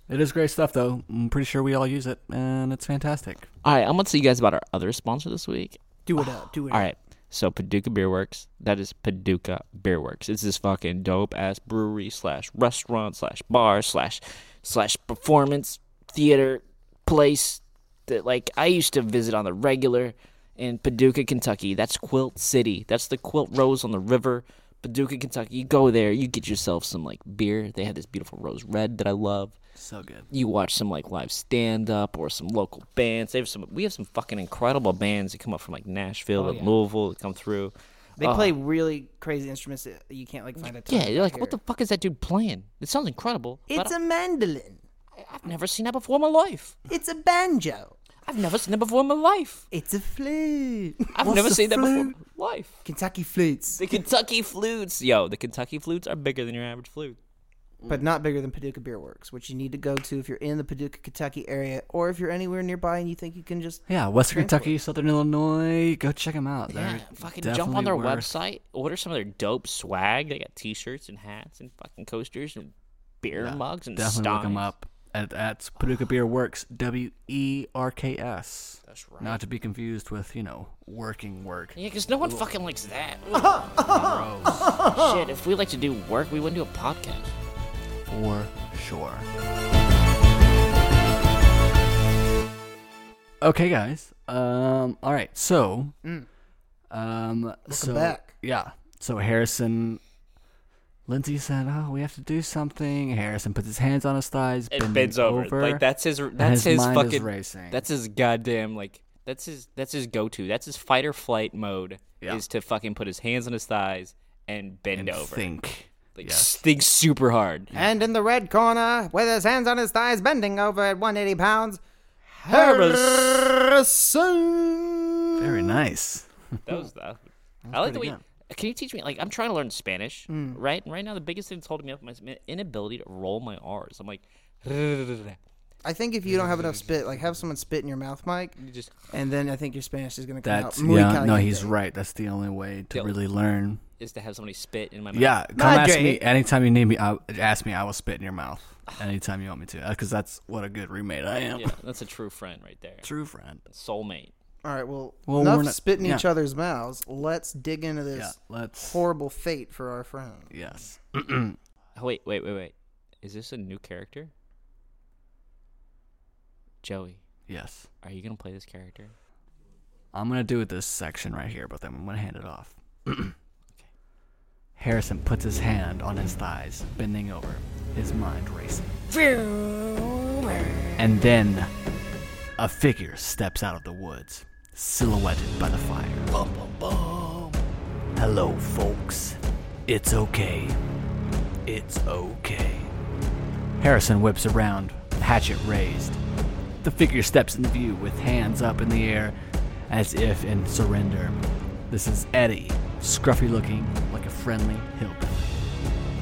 Speaker 3: It is great stuff, though. I'm pretty sure we all use it, and it's fantastic.
Speaker 1: All right, I'm gonna tell you guys about our other sponsor this week.
Speaker 2: Do it up. Do it
Speaker 1: All
Speaker 2: up.
Speaker 1: right. So Paducah Beer Works, that is Paducah Beer Works. It's this fucking dope ass brewery slash restaurant slash bar slash slash performance theater place that like I used to visit on the regular in Paducah, Kentucky. That's Quilt City. That's the Quilt Rose on the river. Paducah, Kentucky. You go there, you get yourself some like beer. They have this beautiful rose red that I love
Speaker 3: So good.
Speaker 1: you watch some like live stand up or some local bands. They have some we have some fucking incredible bands that come up from like Nashville and Louisville that come through.
Speaker 2: They play really crazy instruments that you can't like find a ton.
Speaker 1: Uh-huh. Yeah, you're like, what the fuck is that dude playing? It sounds incredible.
Speaker 2: It's
Speaker 1: but
Speaker 2: a mandolin.
Speaker 1: I, I've never seen that before in my life.
Speaker 2: It's a banjo.
Speaker 1: I've never seen that before in my life.
Speaker 2: It's a flute.
Speaker 1: I've
Speaker 2: What's
Speaker 1: never
Speaker 2: the
Speaker 1: seen that before in
Speaker 2: flute?
Speaker 1: my life.
Speaker 2: Kentucky flutes,
Speaker 1: The Kentucky flutes. Yo, the Kentucky flutes are bigger than your average flute.
Speaker 2: but not bigger than Paducah Beer Works, which you need to go to if you're in the Paducah, Kentucky area, or if you're anywhere nearby and you think you can just.
Speaker 3: Yeah, Western Kentucky, Southern Illinois. Go check them out. They're
Speaker 1: Yeah, fucking jump on
Speaker 3: definitely
Speaker 1: their
Speaker 3: worth-
Speaker 1: website, order some of their dope swag. They got t-shirts and hats and fucking coasters and beer mugs and
Speaker 3: Definitely look them
Speaker 1: steins.
Speaker 3: up. At, at Paducah Beer Works, W E R K S.
Speaker 1: That's right.
Speaker 3: Not to be confused with, you know, working work.
Speaker 1: Yeah, because no one fucking likes that. [laughs] Shit, if we like to do work, we wouldn't do a podcast.
Speaker 3: for sure. Okay, guys. Um, all right. So, um, so
Speaker 2: back.
Speaker 3: yeah. So Harrison, Lindsay said, "Oh, we have to do something." Harrison puts his hands on his thighs
Speaker 1: It
Speaker 3: bends
Speaker 1: bends over. Like that's his. That's his,
Speaker 3: his mind is
Speaker 1: fucking.
Speaker 3: racing.
Speaker 1: That's his goddamn like. That's his. That's his go-to. That's his fight or flight mode.
Speaker 3: Yeah.
Speaker 1: Is to fucking put his hands on his thighs and bend
Speaker 3: and
Speaker 1: over.
Speaker 3: think.
Speaker 1: Like
Speaker 3: Yes.
Speaker 1: think super
Speaker 3: [laughs]
Speaker 1: hard.
Speaker 2: And in the red corner, with his hands on his thighs, bending over at 180 pounds, Harrison.
Speaker 3: Very nice.
Speaker 1: That was that. I like the way. Can you teach me? Like, I'm trying to learn Spanish,
Speaker 3: Hmm.
Speaker 1: right? And right now, the biggest thing that's holding me up is my inability to roll my R's. I'm like, [laughs]
Speaker 2: I think if you don't have enough spit, like have someone spit in your mouth, Mike,
Speaker 1: just
Speaker 2: and then I think your Spanish is going to come
Speaker 3: That's
Speaker 2: out. Muy
Speaker 3: yeah. No,
Speaker 2: caliente.
Speaker 3: he's right. That's the only way to
Speaker 1: Yeah.
Speaker 3: really learn.
Speaker 1: is to have somebody spit in my mouth.
Speaker 3: Yeah, come
Speaker 2: Madre.
Speaker 3: ask me anytime you need me. I, ask me, I will spit in your mouth anytime you want me to, because that's what a good roommate I am.
Speaker 1: Yeah, that's a true friend right there.
Speaker 3: True friend.
Speaker 1: Soulmate.
Speaker 2: All right, well,
Speaker 3: Well,
Speaker 2: enough
Speaker 3: we're not-
Speaker 2: spitting
Speaker 3: yeah.
Speaker 2: each other's mouths. Let's dig into this
Speaker 3: Yeah, let's.
Speaker 2: horrible fate for our friend.
Speaker 3: Yes.
Speaker 1: Oh, wait, wait, wait, wait. Is this a new character? Joey,
Speaker 3: Yes.
Speaker 1: are you gonna play this character?
Speaker 3: I'm gonna do it this section right here, but then I'm gonna hand it off. [clears throat] Harrison puts his hand on his thighs, bending over, his mind racing. And then a figure steps out of the woods, silhouetted by the fire. Bum, bum, bum. Hello, folks. It's okay. It's okay. Harrison whips around, hatchet raised. The figure steps into view with hands up in the air as if in surrender. This is Eddie, scruffy looking like a friendly hillbilly.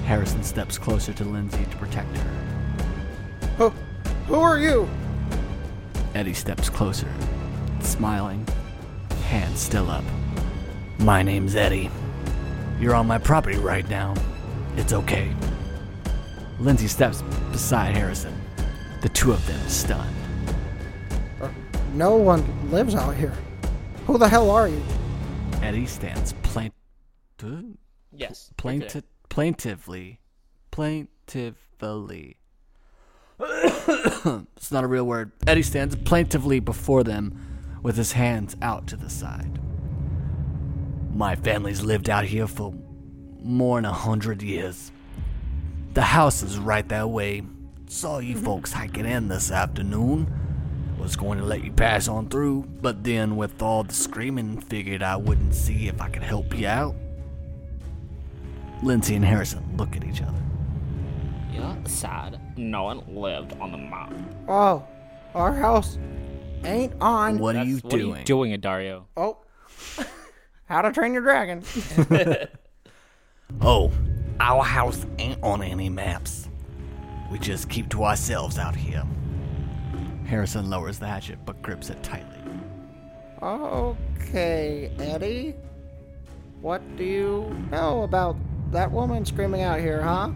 Speaker 3: Harrison steps closer to Lindsay to protect her.
Speaker 2: Who, who are you?
Speaker 3: Eddie steps closer, smiling, hands still up. My name's Eddie. You're on my property right now. It's okay. Lindsay steps beside Harrison. The two of them stunned.
Speaker 2: No one lives out here. Who the hell are you?
Speaker 3: Eddie stands plaint-
Speaker 1: Yes.
Speaker 3: plainti- plaintively. Plaintively. [coughs] it's not a real word. Eddie stands plaintively before them with his hands out to the side. My family's lived out here for more than a hundred years. The house is right that way. Saw you folks hiking in this afternoon. Was going to let you pass on through, but then with all the screaming, figured I wouldn't see if I could help you out. Lindsay and Harrison look at each other.
Speaker 1: Yeah, sad. No one lived on the map.
Speaker 2: Oh, our house ain't on.
Speaker 3: What are you
Speaker 1: That's- what
Speaker 3: doing?
Speaker 1: are you doing, Dario?
Speaker 2: Oh, [laughs] How to Train Your Dragon.
Speaker 3: Oh, our house ain't on any maps. We just keep to ourselves out here. Harrison lowers the hatchet but grips it tightly.
Speaker 2: Okay, Eddie. What do you know about that woman screaming out here, huh?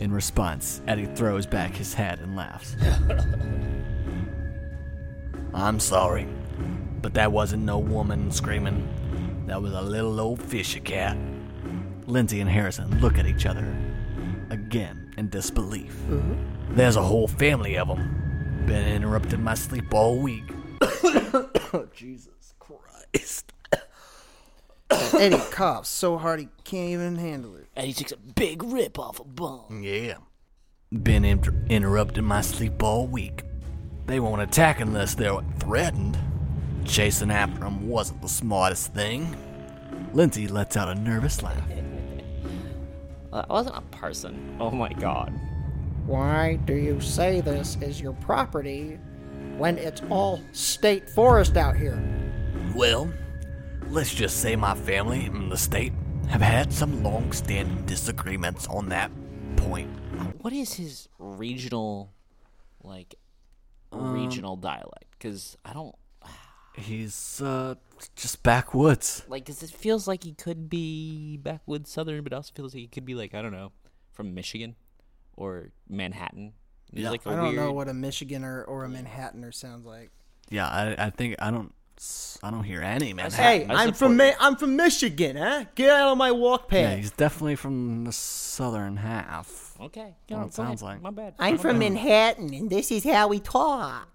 Speaker 3: In response, Eddie throws back his head and laughs. [laughs] I'm sorry, but that wasn't no woman screaming. That was a little old fisher cat. Lindsay and Harrison look at each other again in disbelief. There's a whole family of 'em. Been interrupting my sleep all week. Jesus Christ.
Speaker 2: [coughs] Eddie coughs so hard he can't even handle it.
Speaker 1: And he takes a big rip off a bone.
Speaker 3: Yeah. Been inter- interrupting my sleep all week. They won't attack unless they're threatened. Chasing after them wasn't the smartest thing. Lindsay lets out a nervous laugh.
Speaker 1: That wasn't a person. Oh my god.
Speaker 2: Why do you say this is your property when it's all state forest out here?
Speaker 3: Well, let's just say my family and the state have had some long standing disagreements on that point.
Speaker 1: What is his regional, like,
Speaker 3: Um,
Speaker 1: regional dialect? Because I don't
Speaker 3: He's, uh, just backwoods.
Speaker 1: like. Cause it feels like he could be backwoods southern, but it also feels like he could be like I don't know, from Michigan or Manhattan. He's
Speaker 3: Yeah.
Speaker 1: like a
Speaker 2: I don't
Speaker 1: weird,
Speaker 2: know what a Michiganer or a Manhattaner sounds like.
Speaker 3: Yeah, I, I think I don't. I don't hear any man.
Speaker 2: Hey,
Speaker 1: I
Speaker 2: I'm
Speaker 1: support
Speaker 2: from
Speaker 1: you.
Speaker 2: Mi- I'm from Michigan, huh? Get out of my walk
Speaker 3: Yeah,
Speaker 2: path.
Speaker 3: he's definitely from the southern half.
Speaker 1: Okay,
Speaker 3: Well, it
Speaker 1: go ahead.
Speaker 3: sounds like-
Speaker 1: my bad.
Speaker 2: I'm
Speaker 1: My
Speaker 2: from
Speaker 1: bad.
Speaker 2: Manhattan, and this is how we talk.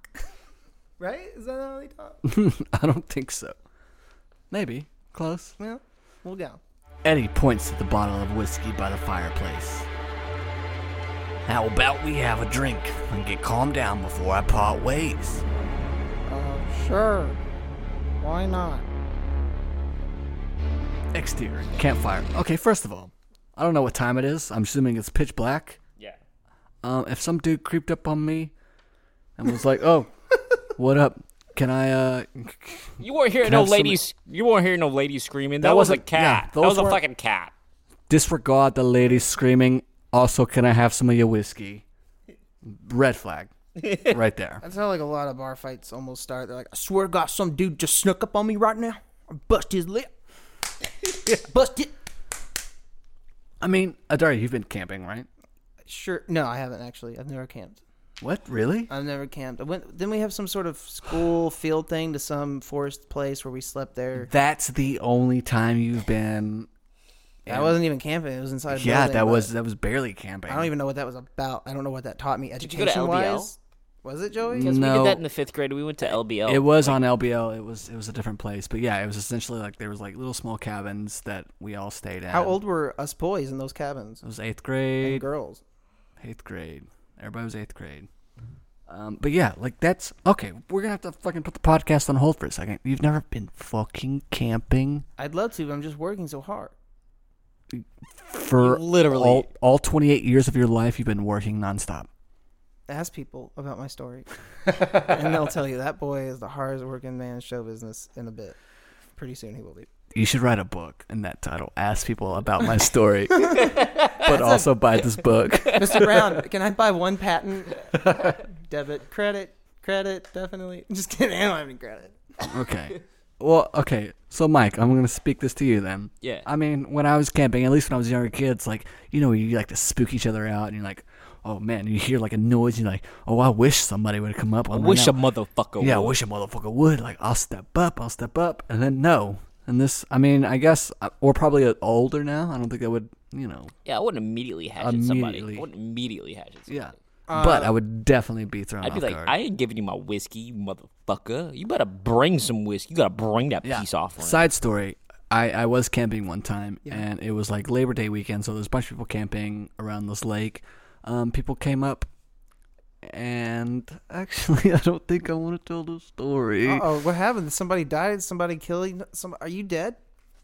Speaker 2: right? Is that how they [laughs] talk?
Speaker 3: [laughs] I don't think so. Maybe. Close.
Speaker 2: well, we'll go.
Speaker 3: Eddie points to the bottle of whiskey by the fireplace. How about we have a drink and get calmed down before I part ways?
Speaker 2: Uh, sure. Why not?
Speaker 3: Exterior. Campfire. Okay, first of all, I don't know what time it is. I'm assuming it's pitch black.
Speaker 1: Yeah.
Speaker 3: Um, if some dude creeped up on me and was like, oh, what up? Can I, uh,
Speaker 1: You weren't hearing
Speaker 3: Can I
Speaker 1: no
Speaker 3: have some-
Speaker 1: ladies. You weren't hearing no ladies screaming. That,
Speaker 3: That
Speaker 1: was a
Speaker 3: wasn't- yeah,
Speaker 1: cat. that
Speaker 3: those
Speaker 1: was a
Speaker 3: weren't-
Speaker 1: fucking cat.
Speaker 3: disregard the lady screaming. Also, can I have some of your whiskey? Red flag. right there.
Speaker 2: That's how like a lot of bar fights almost start. They're like, I swear to God, some dude just snuck up on me right now. I bust his lip. [laughs] bust it.
Speaker 3: I mean, Adari, you've been camping, right?
Speaker 2: Sure. No, I haven't actually. I've never camped.
Speaker 3: What? Really?
Speaker 2: I've never camped. I went. Then we have some sort of school field thing to some forest place where we slept there.
Speaker 3: That's the only time you've been.
Speaker 2: I wasn't even camping. It was inside. a
Speaker 3: yeah,
Speaker 2: building,
Speaker 3: that
Speaker 2: but-
Speaker 3: was that was barely camping.
Speaker 2: I don't even know what that was about. I don't know what that taught me
Speaker 1: you go to
Speaker 2: education
Speaker 1: LBL?
Speaker 2: wise. Was it Joey?
Speaker 1: We
Speaker 3: No.
Speaker 1: did that in the fifth grade. We went to LBL.
Speaker 3: It was on LBL. It was it was a different place, but yeah, it was essentially like there was like little small cabins that we all stayed in.
Speaker 2: How old were us boys in those cabins?
Speaker 3: It was eighth
Speaker 2: And
Speaker 3: grade.
Speaker 2: girls.
Speaker 3: Eighth grade. Everybody was eighth grade. Um, but yeah, like that's okay. We're gonna have to fucking put the podcast on hold for a second. You've never been fucking camping
Speaker 2: I'd love to, but I'm just working so hard.
Speaker 3: for
Speaker 1: Literally.
Speaker 3: all, all twenty eight years of your life. You've been working nonstop.
Speaker 2: Ask people about my [laughs] story, and they'll tell you that boy is the hardest working man in show business in a bit. Pretty soon he will [laughs] be.
Speaker 3: You should write a book in that title. Ask people about my story,
Speaker 4: [laughs]
Speaker 3: but also buy this book.
Speaker 2: Mr. Brown, can I buy one [laughs] patent? Debit, credit, credit, definitely. Just kidding. I don't have any credit.
Speaker 3: Okay. Well, okay. So, Mike, I'm gonna speak this to you then.
Speaker 1: Yeah.
Speaker 3: I mean, when I was camping, at least when I was younger kids, like you know, you like to spook each other out, and you're like, oh man, you hear like a noise. You're like, oh, I wish somebody would come up.
Speaker 4: I
Speaker 3: on
Speaker 4: wish
Speaker 3: right
Speaker 4: a
Speaker 3: now.
Speaker 4: motherfucker.
Speaker 3: Yeah, I
Speaker 4: would.
Speaker 3: wish a motherfucker would. Like, I'll step up, I'll step up, and then no. And this, I mean, I guess uh, we're probably uh, older now. I don't think I would, you know,
Speaker 1: Yeah, I wouldn't immediately hatchet somebody.
Speaker 3: Immediately.
Speaker 1: I wouldn't immediately hatchet somebody.
Speaker 3: yeah.
Speaker 4: Uh,
Speaker 3: Oh, but I would definitely be thrown
Speaker 1: I'd
Speaker 3: off
Speaker 1: be like,
Speaker 3: guard.
Speaker 1: I ain't giving you my whiskey, you motherfucker. You better bring some whiskey. You gotta bring that
Speaker 3: Yeah.
Speaker 1: piece off.
Speaker 3: Side story. I, I was camping one time and it was like Labor Day weekend, so there's a bunch of people camping around this lake. Um, people came up and [laughs] actually I don't think I want to tell the story.
Speaker 5: Oh, what happened? Somebody died. somebody killing. Some. Are you dead?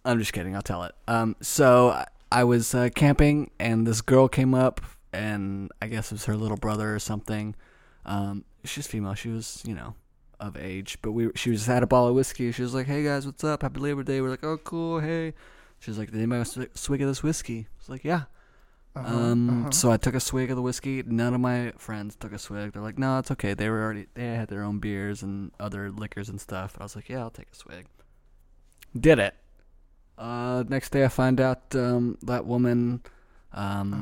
Speaker 3: I'm just kidding, I'll tell it. Um, so I- I was uh, camping and this girl came up and I guess it was her little brother or something. Um, she's female, she was, you know, of age, but we she was had a bottle of whiskey. She was like, "Hey guys, what's up? Happy Labor Day." We're like, "Oh, cool. Hey." She was like, "Did anybody want a swig of this whiskey?" I was like, "Yeah."
Speaker 2: Uh-huh,
Speaker 1: Uh-huh,
Speaker 3: um, so I took a swig of the whiskey. None of my friends took a swig. They're like, "No, it's okay. They were already they had their own beers and other liquors and stuff." I was like, "Yeah, I'll take a swig." Did it. Uh, next day I find out um, that woman um,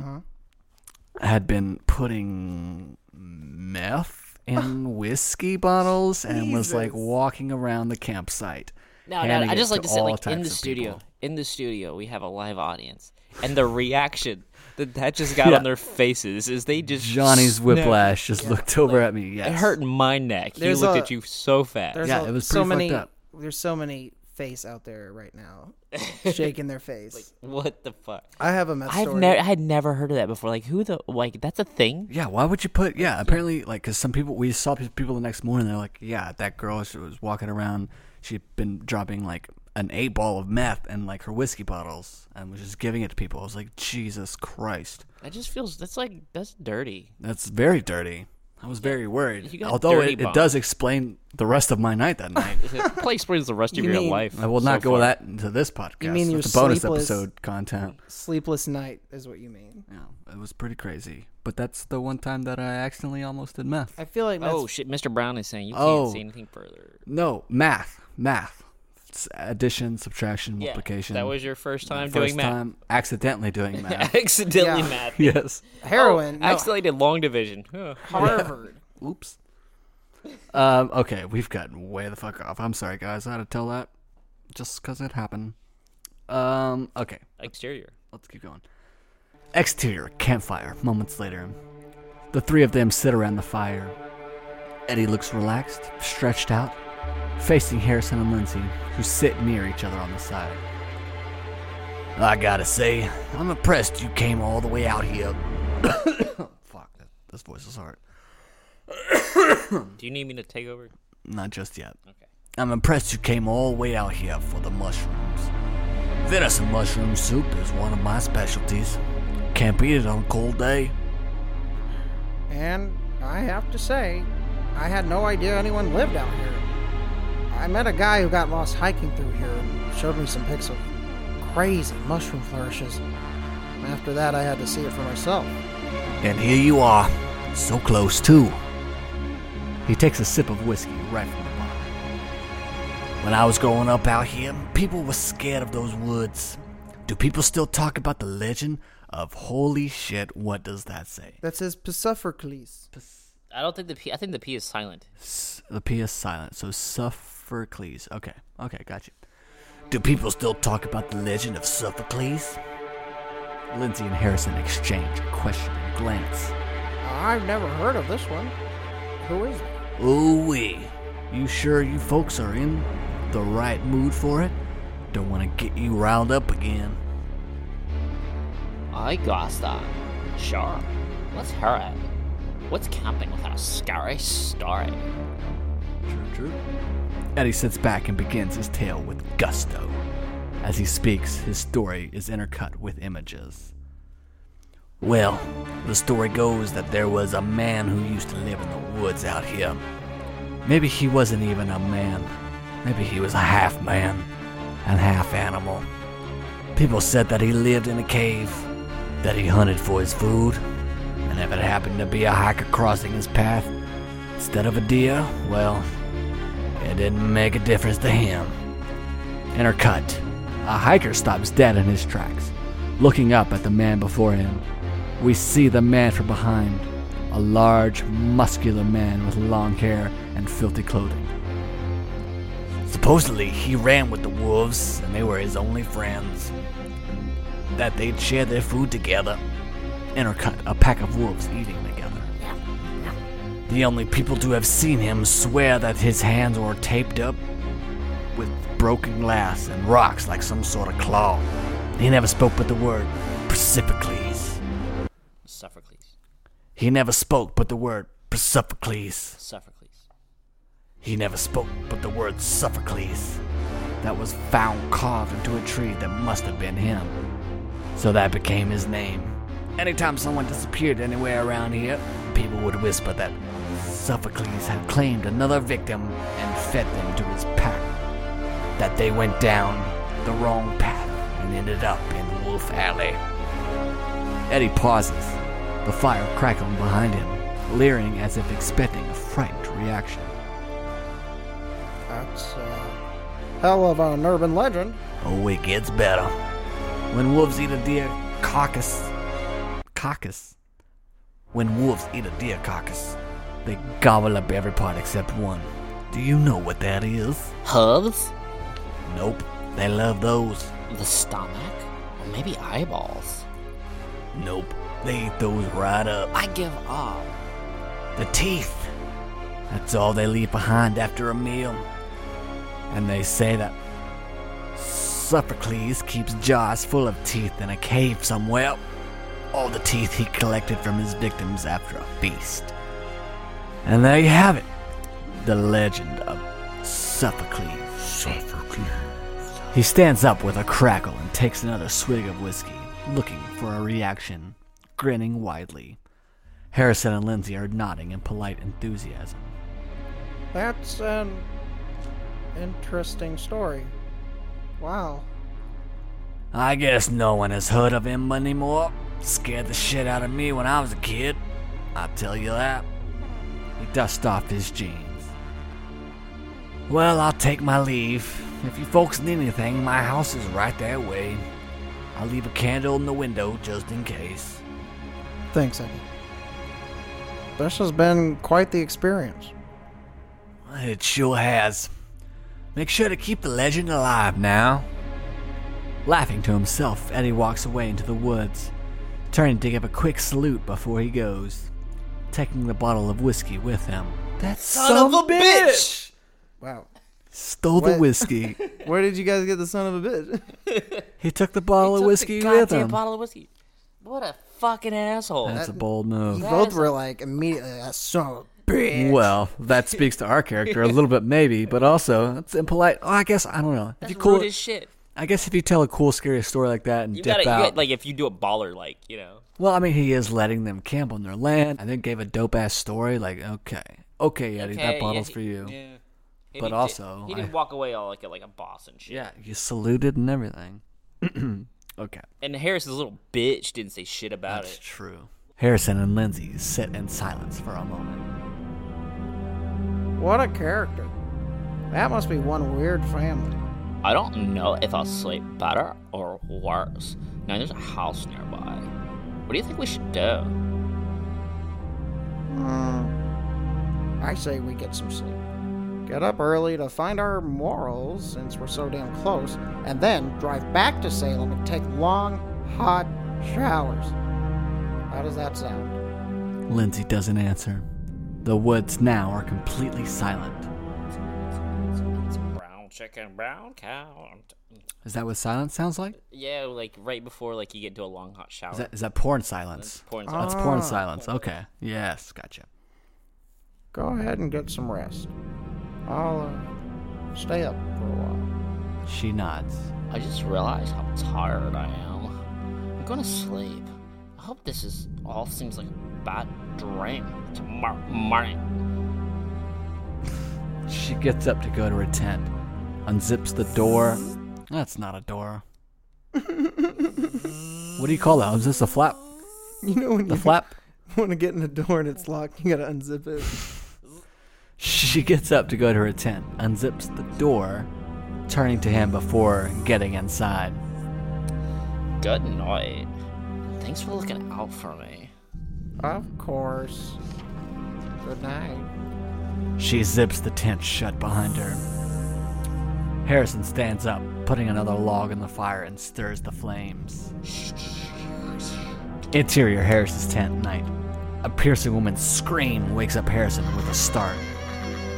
Speaker 1: Uh-huh.
Speaker 3: had been putting meth
Speaker 1: [laughs]
Speaker 3: in whiskey bottles and was like walking around the campsite.
Speaker 1: No, no,
Speaker 3: handing
Speaker 1: I
Speaker 3: it
Speaker 1: just like to sit
Speaker 3: all
Speaker 1: like in
Speaker 3: types
Speaker 1: the
Speaker 3: of
Speaker 1: studio.
Speaker 3: people.
Speaker 1: In the studio, we have a live audience, and the reaction that that just got
Speaker 3: Yeah.
Speaker 1: on their faces is they just
Speaker 3: Johnny's
Speaker 1: s-
Speaker 3: whiplash just looked over at me. Yes.
Speaker 1: It hurt my neck.
Speaker 5: There's
Speaker 1: he looked
Speaker 5: a-
Speaker 1: at you so fast.
Speaker 5: There's
Speaker 3: Yeah,
Speaker 5: a-
Speaker 3: it was
Speaker 5: so
Speaker 3: pretty fucked
Speaker 5: many.
Speaker 3: up.
Speaker 5: There's so many face out there right
Speaker 3: [laughs]
Speaker 5: now, shaking their face.
Speaker 1: [laughs] What the fuck?
Speaker 5: I have a meth
Speaker 1: I've
Speaker 5: story.
Speaker 1: never, I had never heard of that before. Like who the like? That's a thing.
Speaker 3: Yeah, why would you put? Yeah, apparently, like, because some people we saw pe- people the next morning. They're like, yeah, that girl she was walking around. She'd been dropping like an eight ball of meth and like her whiskey bottles and was just giving it to people. I was like, Jesus Christ,
Speaker 1: That just feels. That's like that's dirty. [laughs]
Speaker 3: that's very dirty. I was very
Speaker 1: You
Speaker 3: worried.
Speaker 1: got
Speaker 3: Although
Speaker 1: dirty
Speaker 3: it,
Speaker 1: bomb.
Speaker 3: it does explain the rest of my
Speaker 1: [laughs]
Speaker 3: night that night.
Speaker 1: Play explains the rest of
Speaker 5: You
Speaker 1: your
Speaker 5: mean-
Speaker 1: life.
Speaker 3: I will not
Speaker 1: so
Speaker 3: go
Speaker 1: far.
Speaker 3: that into this podcast.
Speaker 5: mean you're
Speaker 3: That's the bonus
Speaker 5: sleepless?
Speaker 3: episode content.
Speaker 5: Sleepless night is what you mean.
Speaker 3: Yeah, it was pretty crazy. But that's the one time that I accidentally almost did meth.
Speaker 5: I feel like meth.
Speaker 1: Oh shit! Mr. Brown is saying you can't
Speaker 3: Oh.
Speaker 1: say anything further.
Speaker 3: No, math, math. It's addition, subtraction, multiplication.
Speaker 1: that was your first time
Speaker 3: First
Speaker 1: doing math.
Speaker 3: time accidentally doing
Speaker 1: [laughs]
Speaker 3: math.
Speaker 1: accidentally
Speaker 5: Yeah.
Speaker 1: math.
Speaker 3: yes. Oh,
Speaker 5: heroin. no,
Speaker 1: I
Speaker 3: [laughs]
Speaker 1: accidentally did long division. Huh.
Speaker 5: Harvard.
Speaker 3: Oops. Um, okay, we've gotten way the fuck off. I'm sorry, guys. I had to tell that just because it happened. Um, okay,
Speaker 1: Exterior.
Speaker 3: let's keep going. Exterior campfire. Moments later, the three of them sit around the fire. Eddie looks relaxed, stretched out, facing Harrison and Lindsay, who sit near each other on the side. I gotta say, I'm impressed you came all the way out here. [coughs] Fuck, that, this voice is hard.
Speaker 1: Do you need me to take over?
Speaker 3: Not just yet.
Speaker 1: Okay.
Speaker 3: I'm impressed you came all the way out here for the mushrooms. Venison mushroom soup is one of my specialties. Can't beat it on a cold day.
Speaker 5: And I have to say, I had no idea anyone lived out here. I met a guy who got lost hiking through here and showed me some pics of crazy mushroom flourishes. After that, I had to see it for myself.
Speaker 3: And here you are, so close too. He takes a sip of whiskey right from the bottle. When I was growing up out here, people were scared of those woods. Do people still talk about the legend of holy shit, what does that say?
Speaker 5: That says Pisophercles.
Speaker 1: I don't think the P. I think the P is silent.
Speaker 3: S- the P is silent, so Sophocles. Okay, okay, got you. Do people still talk about the legend of Sophocles? Lindsay and Harrison exchange a questioning glance.
Speaker 5: I've never heard of this one. Who is it?
Speaker 3: Ooh wee. You sure you folks are in the right mood for it? Don't want to get you riled up again.
Speaker 1: I got that. Sure. Let's hear it. What's camping without a scary story?
Speaker 3: True, true. Eddie sits back and begins his tale with gusto. As he speaks, his story is intercut with images. Well, the story goes that there was a man who used to live in the woods out here. Maybe he wasn't even a man. Maybe he was a half man and half animal. People said that he lived in a cave, that he hunted for his food, and if it happened to be a hiker crossing his path, Instead of a deer, well, it didn't make a difference to him. Intercut. A hiker stops dead in his tracks, looking up at the man before him. We see the man from behind, a large, muscular man with long hair and filthy clothing. Supposedly, he ran with the wolves, and they were his only friends. That they'd share their food together, and are cut a pack of wolves eating together. The only people to have seen him swear that his hands were taped up with broken glass and rocks like some sort of claw. He never spoke but the word Precipicles.
Speaker 1: Sophocles.
Speaker 3: He never spoke but the word Precipicles.
Speaker 1: Sophocles.
Speaker 3: He never spoke but the word Sophocles that was found carved into a tree that must have been him. So that became his name. Anytime someone disappeared anywhere around here, people would whisper that Sophocles had claimed another victim and fed them to his pack. That they went down the wrong path and ended up in Wolf Alley. Eddie pauses, the fire crackling behind him, leering as if expecting a frightened reaction.
Speaker 5: That's a hell of an urban legend.
Speaker 3: Oh, it gets better. When wolves eat a deer carcass, carcass. When wolves eat a deer carcass, they gobble up every part except one. Do you know what that is?
Speaker 1: Hooves?
Speaker 3: Nope. They love those.
Speaker 1: The stomach? Or maybe eyeballs?
Speaker 3: Nope. They eat those right up.
Speaker 1: I give up.
Speaker 3: The teeth. That's all they leave behind after a meal. And they say that Sophocles keeps jars full of teeth in a cave somewhere. All the teeth he collected from his victims after a feast. And there you have it. The legend of Sophocles. Sophocles. He stands up with a crackle and takes another swig of whiskey, looking for a reaction, grinning widely. Harrison and Lindsay are nodding in polite enthusiasm.
Speaker 5: That's an interesting story. Wow.
Speaker 3: I guess no one has heard of him anymore. Scared the shit out of me when I was a kid. I tell you that. He dusted off his jeans. Well, I'll take my leave. If you folks need anything, my house is right that way. I'll leave a candle in the window just in case.
Speaker 5: Thanks, Eddie. This has been quite the experience.
Speaker 3: It sure has. Make sure to keep the legend alive now. Laughing to himself, Eddie walks away into the woods, turning to give a quick salute before he goes, taking the bottle of whiskey with him. That son, of a bitch!
Speaker 5: Wow.
Speaker 3: Stole the
Speaker 2: What?
Speaker 3: whiskey.
Speaker 2: Where did you guys get the son of a bitch?
Speaker 3: He took the bottle of whiskey with him.
Speaker 1: bottle of whiskey. What a fucking asshole.
Speaker 3: That's a bold move.
Speaker 2: You
Speaker 1: That
Speaker 2: both
Speaker 1: is-
Speaker 2: were like immediately, that son of a bitch.
Speaker 3: Well, that speaks to our character a little bit, maybe, but also it's impolite. Oh, I guess I don't know. If
Speaker 1: That's
Speaker 3: you cool,
Speaker 1: rude as shit.
Speaker 3: I guess if you tell a cool, scary story like that and
Speaker 1: You
Speaker 3: dip
Speaker 1: gotta, you
Speaker 3: out,
Speaker 1: got like if you do a baller, like you know.
Speaker 3: Well, I mean, he is letting them camp on their land. I think gave a dope ass story. Like, okay, okay,
Speaker 1: Okay,
Speaker 3: Eddie,
Speaker 1: yeah,
Speaker 3: that bottle's
Speaker 1: he-
Speaker 3: for you. Yeah.
Speaker 1: yeah. He
Speaker 3: But
Speaker 1: didn't-
Speaker 3: also,
Speaker 1: he
Speaker 3: I-
Speaker 1: didn't walk away all like a, like a boss and shit.
Speaker 3: you saluted and everything. [clears throat] okay,
Speaker 1: And Harris's little bitch didn't say shit about
Speaker 3: that's
Speaker 1: it.
Speaker 3: true. Harrison and Lindsay sit in silence for a moment.
Speaker 5: What a character. That must be one weird family.
Speaker 1: I don't know if I'll sleep better or worse. Now there's a house nearby. What do you think we should do?
Speaker 5: Uh, I say we get some sleep. Get up early to find our morals since we're so damn close, and then drive back to Salem and take long, hot showers. How does that sound?
Speaker 3: Lindsay doesn't answer. The woods now are completely silent.
Speaker 1: Brown chicken, brown cow.
Speaker 3: Is that what silence sounds like?
Speaker 1: Yeah, like right before like you get into a long hot shower.
Speaker 3: Is that, is that porn silence?
Speaker 1: Porn
Speaker 3: That's porn silence. Okay. Yes, gotcha.
Speaker 5: Go ahead and get some rest. I'll uh, stay up for a while.
Speaker 3: She nods.
Speaker 1: I just realized how tired I am. I'm gonna sleep. I hope this is all seems like a bad dream tomorrow morning.
Speaker 3: She gets up to go to her tent, unzips the door. That's not a door. what do you call that? Is this a flap?
Speaker 2: you know when
Speaker 3: The
Speaker 2: you [laughs]
Speaker 3: flap?
Speaker 2: want to get in the door and it's locked, you gotta unzip it.
Speaker 3: She gets up to go to her tent, unzips the door, turning to him before getting inside.
Speaker 1: Good night. Thanks for looking out for me.
Speaker 5: Of course. Good night.
Speaker 3: She zips the tent shut behind her. Harrison stands up, putting another log in the fire and stirs the flames. Interior Harris's tent night. A piercing woman's scream wakes up Harrison with a start.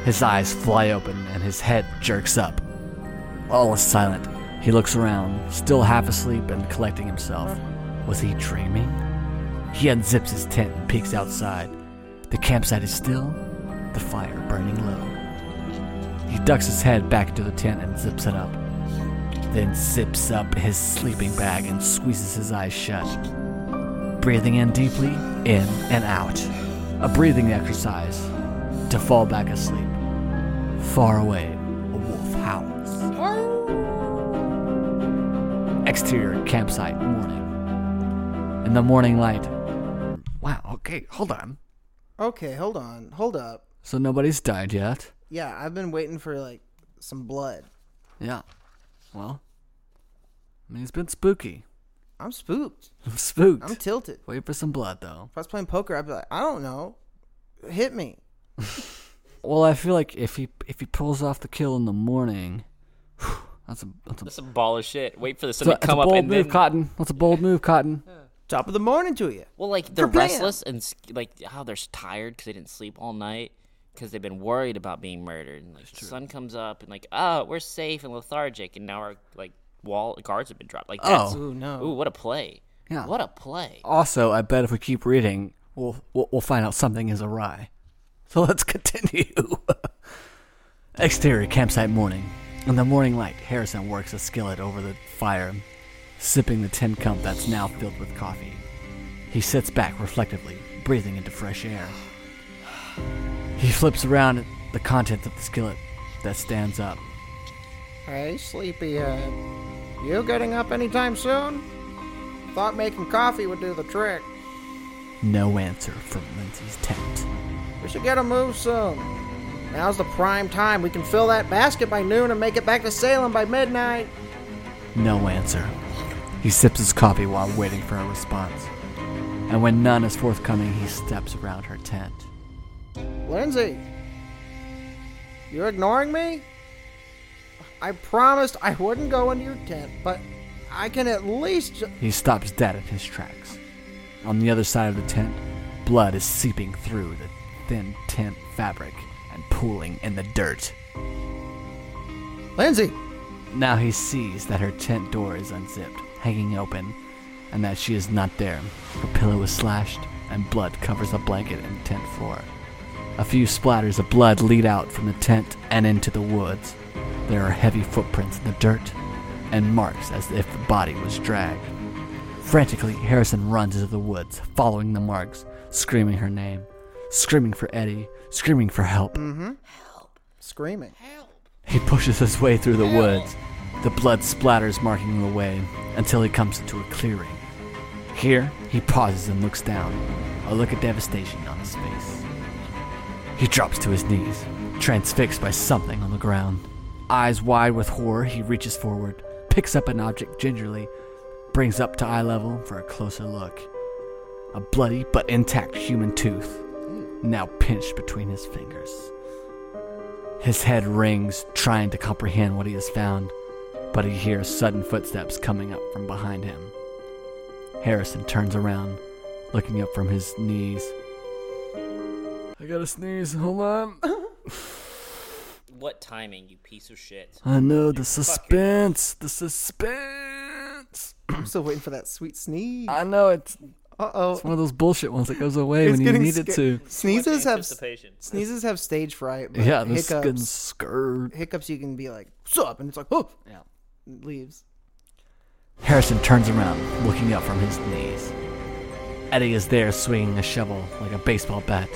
Speaker 3: His eyes fly open and his head jerks up. All is silent. He looks around, still half asleep and collecting himself. Was he dreaming? He unzips his tent and peeks outside. The campsite is still, the fire burning low. He ducks his head back into the tent and zips it up. Then zips up his sleeping bag and squeezes his eyes shut. Breathing in deeply, in and out. A breathing exercise to fall back asleep. Far away, a wolf howls. Exterior campsite morning. In the morning light. Wow, okay, hold on.
Speaker 2: Okay, hold on. Hold up.
Speaker 3: So nobody's died yet.
Speaker 2: Yeah, I've been waiting for like some blood.
Speaker 3: Yeah. Well, I mean, it's been spooky. [laughs]
Speaker 2: I'm spooked.
Speaker 3: I'm spooked.
Speaker 2: I'm tilted.
Speaker 3: Wait for some blood, though.
Speaker 2: If I was playing poker, I'd be like, I don't know. Hit me.
Speaker 3: Well, I feel like if he if he pulls off the kill in the morning, [sighs] whew, that's a that's a,
Speaker 1: That's some ball of shit. Wait for the sun
Speaker 3: that's
Speaker 1: to
Speaker 3: a, that's a
Speaker 1: come up
Speaker 3: bold
Speaker 1: and
Speaker 3: move,
Speaker 1: then.
Speaker 3: Cotton. That's a bold move, Cotton.
Speaker 2: Top of the morning to you.
Speaker 1: Well, like they're
Speaker 2: For playing.
Speaker 1: restless and s- like how they're s- tired because they didn't sleep all night because they've been worried about being murdered. And like the sun comes up and like oh we're safe and lethargic and now our like wall guards have been dropped. Like that's,
Speaker 3: Oh.
Speaker 2: Ooh, no.
Speaker 1: ooh what a play.
Speaker 3: Yeah.
Speaker 1: What a play.
Speaker 3: Also, I bet if we keep reading, we'll we'll, we'll find out something is awry. So let's [laughs] continue. Exterior campsite morning. In the morning light, Harrison works a skillet over the fire, sipping the tin cup that's now filled with coffee. He sits back reflectively, breathing into fresh air. He flips around at the contents of the skillet that stands up.
Speaker 5: Hey, sleepyhead. You getting up anytime soon? Thought making coffee would do the trick.
Speaker 3: No answer from Lindsay's tent.
Speaker 5: We should get a move soon. Now's the prime time. We can fill that basket by noon and make it back to Salem by midnight.
Speaker 3: No answer. He sips his coffee while waiting for a response. And when none is forthcoming, he steps around her tent.
Speaker 5: Lindsay, you're ignoring me? I promised I wouldn't go into your tent, but I can at least. ju-
Speaker 3: He stops dead in his tracks. On the other side of the tent, blood is seeping through the thin tent fabric and pooling in the dirt.
Speaker 5: Lindsay!
Speaker 3: Now he sees that her tent door is unzipped, hanging open, and that she is not there. Her pillow is slashed, and blood covers the blanket and tent floor. A few splatters of blood lead out from the tent and into the woods. There are heavy footprints in the dirt and marks as if the body was dragged. Frantically, Harrison runs into the woods, following the marks, screaming her name, screaming for Eddie, screaming for help.
Speaker 5: Screaming.
Speaker 3: He pushes his way through the woods. The blood splatters marking the way until he comes into a clearing. Here, he pauses and looks down, a look of devastation on his face. He drops to his knees, transfixed by something on the ground. Eyes wide with horror, he reaches forward, picks up an object gingerly, brings up to eye level for a closer look. A bloody but intact human tooth, now pinched between his fingers. His head rings, trying to comprehend what he has found, but he hears sudden footsteps coming up from behind him. Harrison turns around, looking up from his knees. I gotta sneeze, hold on.
Speaker 1: What timing, you piece of shit.
Speaker 3: I know the suspense, the suspense.
Speaker 2: I'm still waiting for that sweet sneeze.
Speaker 3: I know it's,
Speaker 2: Uh oh.
Speaker 3: it's one of those bullshit ones that goes away when you need it to.
Speaker 2: Sneezes have
Speaker 1: Anticipation.
Speaker 2: sneezes have stage fright. But
Speaker 3: Yeah, the skin
Speaker 2: hiccups.
Speaker 3: scared.
Speaker 2: Hiccups, you can be like, "What's up?" and it's like, "Oh,"
Speaker 3: Yeah.
Speaker 2: and leaves.
Speaker 3: Harrison turns around, looking up from his knees. Eddie is there swinging a shovel like a baseball bat,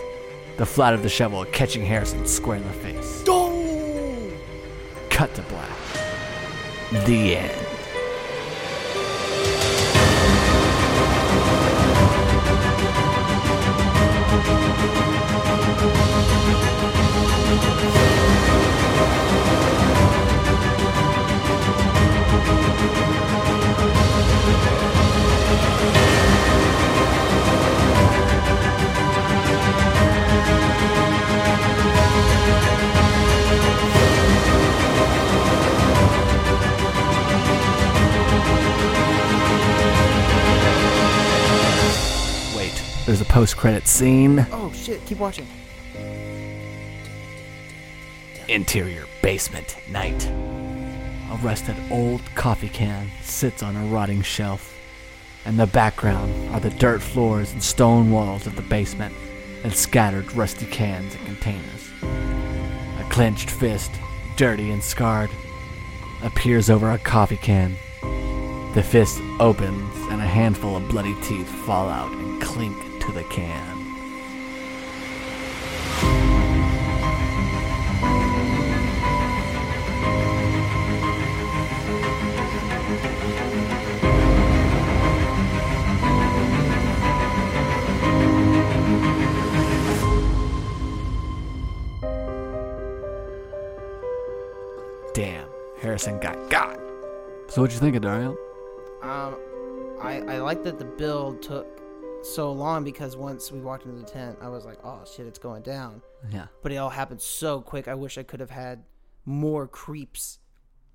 Speaker 3: the flat of the shovel catching Harrison square in the face. Cut to black. The end. there's a post-credit scene.
Speaker 2: Oh shit, keep watching.
Speaker 3: Interior basement night. A rusted old coffee can sits on a rotting shelf. In the background are the dirt floors and stone walls of the basement and scattered rusty cans and containers. A clenched fist, dirty and scarred, appears over a coffee can. The fist opens and a handful of bloody teeth fall out and clink to the can. Damn, Harrison got got. So what'd you think of Dario?
Speaker 2: Um, I I like that the build took so long because once we walked into the tent, I was like, oh shit, it's going down.
Speaker 3: Yeah.
Speaker 2: But it all happened so quick. I wish I could have had more creeps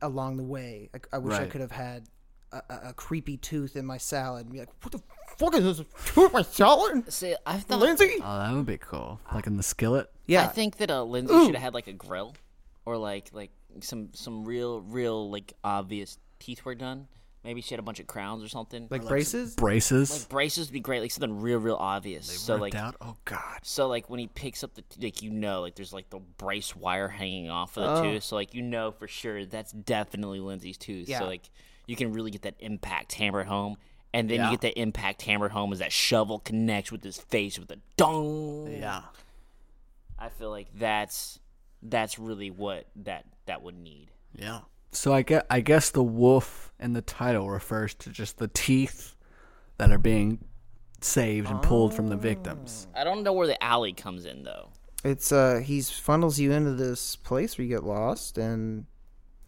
Speaker 2: along the way. I, I wish I
Speaker 3: Right.
Speaker 2: could have had a, a, a creepy tooth in my salad and be like, what the fuck is this a tooth in my salad,
Speaker 1: See, I thought
Speaker 2: Lindsay?
Speaker 3: Oh, that would be cool. Like in the skillet.
Speaker 1: I
Speaker 2: Yeah,
Speaker 1: think that uh, Lindsay should have had like a grill, or like like some some real real like obvious teeth were done. Maybe she had a bunch of crowns or something.
Speaker 2: like braces.
Speaker 3: Braces.
Speaker 1: Like, braces would be great, like something real real obvious. so like
Speaker 3: Doubt. Oh God.
Speaker 1: so like when he picks up the t- like you know like there's like the brace wire hanging off of the
Speaker 2: Oh.
Speaker 1: tooth. So like you know for sure that's definitely Lindsay's tooth.
Speaker 2: Yeah.
Speaker 1: So like you can really get that impact hammered home. And then you get that impact hammered home as that shovel connects with his face with a dong.
Speaker 3: Yeah.
Speaker 1: I feel like that's that's really what that that would need.
Speaker 3: Yeah. So I get. I guess the wolf in the title refers to just the teeth that are being saved and pulled from the victims.
Speaker 1: I don't know where the alley comes in though.
Speaker 2: It's uh, he's funnels you into this place where you get lost and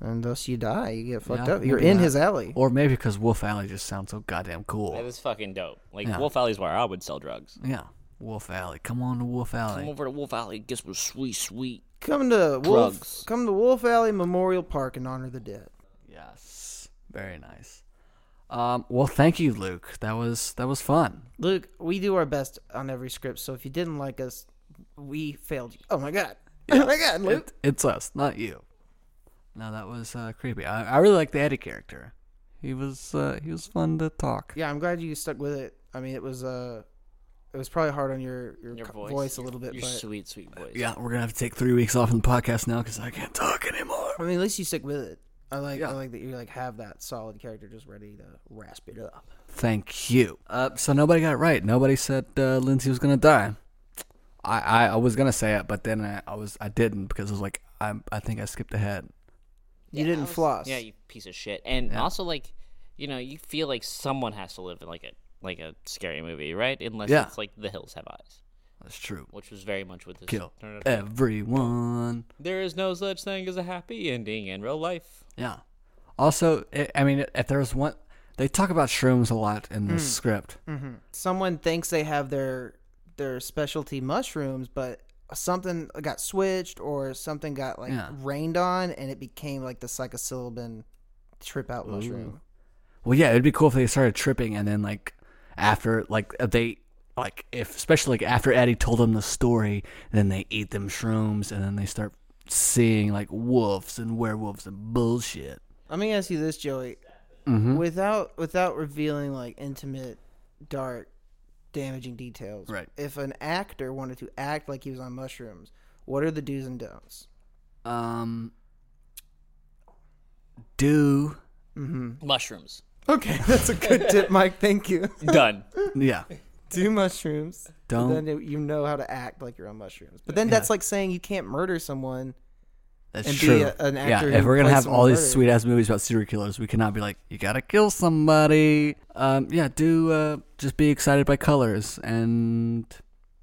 Speaker 2: and thus you die. You get fucked
Speaker 3: Yeah,
Speaker 2: up. You're
Speaker 3: maybe
Speaker 2: in
Speaker 3: that.
Speaker 2: his
Speaker 1: Oh.
Speaker 2: alley.
Speaker 3: Or maybe because Wolf Alley just sounds so goddamn cool.
Speaker 1: That was fucking dope. Like
Speaker 3: Yeah.
Speaker 1: Wolf Alley's where I would sell drugs.
Speaker 3: yeah. Wolf Alley. Come on to Wolf
Speaker 1: Come
Speaker 3: Alley.
Speaker 1: over to Wolf Alley, guess what's sweet, sweet.
Speaker 2: Come to
Speaker 1: Drugs.
Speaker 2: Wolf. Come to Wolf Alley Memorial Park and honor the dead.
Speaker 3: Yes. Very nice. Um, well, thank you, Luke. That was that was fun.
Speaker 2: Luke, we do our best on every script, so if you didn't like us, we failed you. Oh my god. Oh my god, Luke.
Speaker 3: It, it's us, not you. No, that was uh, creepy. I, I really like the Eddie character. He was uh, he was fun to talk.
Speaker 2: Yeah, I'm glad you stuck with it. I mean, it was uh it was probably hard on your your,
Speaker 1: Your
Speaker 2: co-
Speaker 1: voice,
Speaker 2: voice, a little bit,
Speaker 1: Your
Speaker 2: but
Speaker 1: sweet, sweet voice.
Speaker 3: Yeah, we're gonna have to take three weeks off from the podcast now because I can't talk anymore.
Speaker 2: I mean, at least you stick with it. I like
Speaker 3: Yeah.
Speaker 2: I like that you like have that solid character just ready to rasp it up.
Speaker 3: Thank you. Uh, so nobody got it right. Nobody said uh, Lindsay was gonna die. I, I, I was gonna say it, but then I, I was I didn't because I was like I I think I skipped ahead.
Speaker 2: you didn't floss.
Speaker 1: Yeah, you piece of shit. And also like, you know, you feel like someone has to live in like a like a scary movie, right? Unless
Speaker 3: Yeah.
Speaker 1: it's like The Hills Have Eyes,
Speaker 3: That's true.
Speaker 1: which was very much what this
Speaker 3: Kill everyone.
Speaker 1: There is no such thing as a happy ending in real life.
Speaker 3: Yeah. Also, i I mean, if there was one, they talk about shrooms a lot in this script.
Speaker 2: Someone thinks they have their their specialty mushrooms, but something got switched or something got like
Speaker 3: Yeah.
Speaker 2: rained on and it became like the psilocybin trip out mushroom.
Speaker 3: Well, yeah, it'd be cool if they started tripping and then like after like if they like if especially like after Eddie told them the story, then they eat them shrooms and then they start seeing like wolves and werewolves and bullshit.
Speaker 2: Let me ask you this, Joey.
Speaker 3: Mm-hmm.
Speaker 2: Without without revealing like intimate, dark, damaging details.
Speaker 3: Right.
Speaker 2: If an actor wanted to act like he was on mushrooms, what are the do's and don'ts?
Speaker 3: Um, do Mm-hmm.
Speaker 1: Mushrooms.
Speaker 3: [laughs]
Speaker 2: Okay, that's a good [laughs] tip, Mike. Thank you.
Speaker 1: Done.
Speaker 3: yeah,
Speaker 2: Do mushrooms.
Speaker 3: Don't.
Speaker 2: Then you- you know how to act like you're on mushrooms. But then that's like saying you can't murder someone.
Speaker 3: that's
Speaker 2: And be
Speaker 3: true.
Speaker 2: a- an
Speaker 3: yeah,
Speaker 2: actor
Speaker 3: if
Speaker 2: who
Speaker 3: we're gonna
Speaker 2: plays
Speaker 3: have all these
Speaker 2: someone
Speaker 3: sweet ass movies about serial killers, we cannot be like you gotta kill somebody. Um, yeah, do uh, just be excited by colors and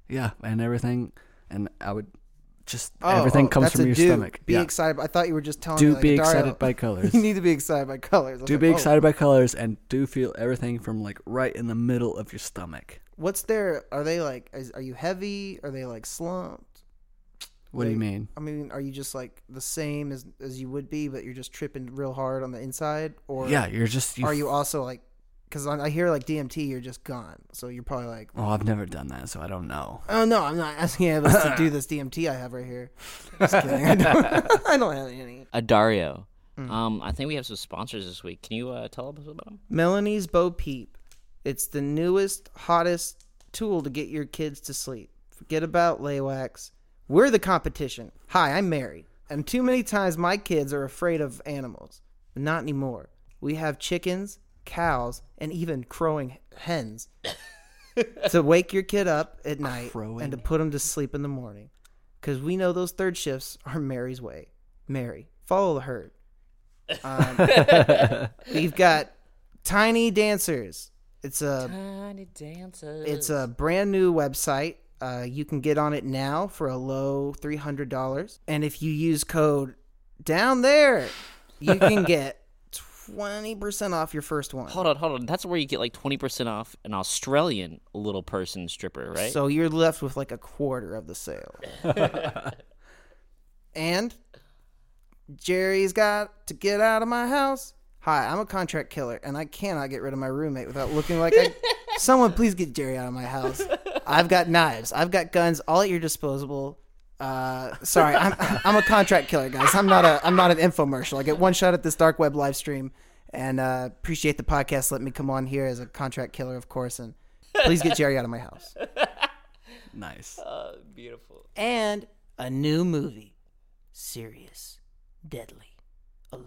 Speaker 3: yeah, and everything. And I would just
Speaker 2: Oh,
Speaker 3: everything
Speaker 2: oh,
Speaker 3: comes
Speaker 2: that's
Speaker 3: from
Speaker 2: a
Speaker 3: your
Speaker 2: do.
Speaker 3: stomach.
Speaker 2: Be
Speaker 3: yeah,
Speaker 2: excited. I thought you were just telling me.
Speaker 3: do
Speaker 2: like,
Speaker 3: be
Speaker 2: "Dario,
Speaker 3: excited by colors.
Speaker 2: [laughs] You need to be excited by colors. I was
Speaker 3: do
Speaker 2: like,
Speaker 3: be
Speaker 2: "Oh,
Speaker 3: excited by colors and do feel everything from like right in the middle of your stomach.
Speaker 2: What's their? Are they like? Is, are you heavy? Are they like slumped?
Speaker 3: What do you mean?
Speaker 2: I mean, are you just like the same as as you would be, but you're just tripping real hard on the inside? Or
Speaker 3: Yeah, you're just you
Speaker 2: are you also like because I I hear like DMT, you're just gone. So you're probably like,
Speaker 3: Oh, I've never done that, so I don't know.
Speaker 2: oh no, I'm not asking any of us to do this DMT I have right here. Just kidding. [laughs] I don't, I don't have any.
Speaker 1: Adario.
Speaker 2: Mm.
Speaker 1: Um, I think we have some sponsors this week. Can you uh, tell us about them?
Speaker 2: Melanie's Bo Peep. It's the newest, hottest tool to get your kids to sleep. Forget about Laywax. We're the competition. Hi, I'm Mary. And too many times my kids are afraid of animals. But not anymore. We have chickens, cows, and even crowing hens to wake your kid up at night
Speaker 3: Crowing
Speaker 2: and to put him to sleep in the morning. Because we know those third shifts are Mary's way. Mary, follow the herd. Um, we've got Tiny Dancers. It's a
Speaker 1: Tiny dancers.
Speaker 2: it's a brand new website. Uh, you can get on it now for a low three hundred dollars, and if you use code down there, you can get twenty percent off your first one.
Speaker 1: Hold on, hold on. That's where you get like twenty percent off an Australian little person stripper, right?
Speaker 2: So you're left with like a quarter of the sale. and Jerry's got to get out of my house. Hi, I'm a contract killer, and I cannot get rid of my roommate without looking like I. Someone, please get Jerry out of my house. I've got knives. I've got guns, all at your disposal. Uh, sorry, I'm [laughs] I'm a contract killer, guys. I'm not a I'm not an infomercial. I get one shot at this dark web live stream, and uh, appreciate the podcast. Let me come on here as a contract killer, of course, and please get Jerry out of my house
Speaker 3: Nice.
Speaker 2: Uh,
Speaker 1: beautiful.
Speaker 2: and a new movie. Serious, deadly, alert.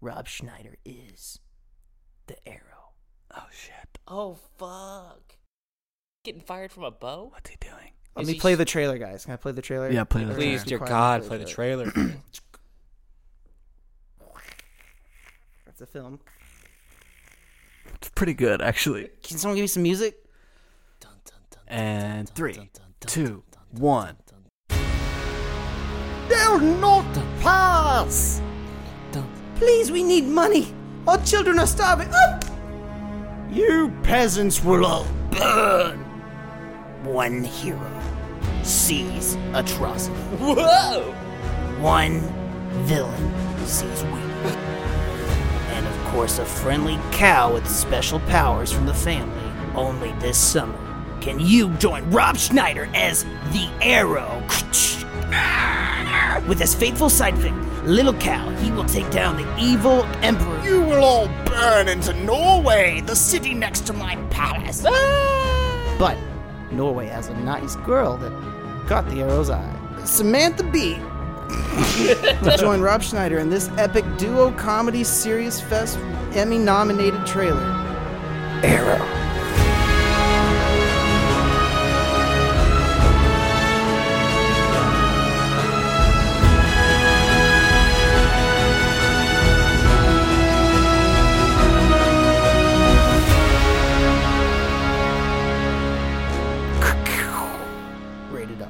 Speaker 2: Rob Schneider is the arrow.
Speaker 3: Oh shit.
Speaker 1: Oh fuck! Getting fired from a bow?
Speaker 3: What's he doing?
Speaker 2: Let
Speaker 1: Is
Speaker 2: me
Speaker 1: he
Speaker 2: play
Speaker 1: s-
Speaker 2: the trailer, guys. Can I play the trailer?
Speaker 3: Yeah, play the
Speaker 2: Everyone
Speaker 3: Please,
Speaker 2: be
Speaker 4: dear
Speaker 2: quiet.
Speaker 4: God, play
Speaker 2: [clears throat]
Speaker 4: the trailer.
Speaker 2: That's a film.
Speaker 3: It's pretty good actually.
Speaker 2: Can someone give me some music?
Speaker 1: Dun, dun, dun, dun,
Speaker 3: And
Speaker 1: dun,
Speaker 3: three,
Speaker 1: dun, dun, dun,
Speaker 3: two,
Speaker 1: dun, dun,
Speaker 3: one.
Speaker 1: dun,
Speaker 2: They'll not pass!
Speaker 1: dun.
Speaker 2: Please, we need money! Our children are starving! Oh!
Speaker 4: You peasants will all burn. One hero sees atrocity.
Speaker 1: Whoa!
Speaker 4: One villain sees weakness. And of course, a friendly cow with special powers from the family. Only this summer can you join Rob Schneider as the Arrow. With his faithful sidekick, Little Cow, he will take down the evil Emperor. You will all burn into Norway, the city next to my palace.
Speaker 2: But Norway has a nice girl that caught the arrow's eye. Samantha B. to join Rob Schneider in this epic duo comedy Serious Fest Emmy nominated trailer. Arrow. Rated R.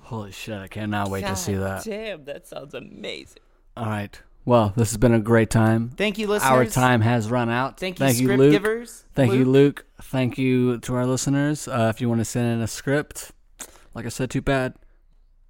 Speaker 3: Holy shit! I cannot wait to see that.
Speaker 1: Damn, that sounds amazing.
Speaker 3: All right. Well, this has been a great time.
Speaker 2: Thank you, listeners.
Speaker 3: Our time has run out.
Speaker 2: Thank you, script
Speaker 3: Luke.
Speaker 2: givers.
Speaker 3: Thank you, Luke. Thank you to our listeners. Uh, if you want to send in a script, like I said, too bad.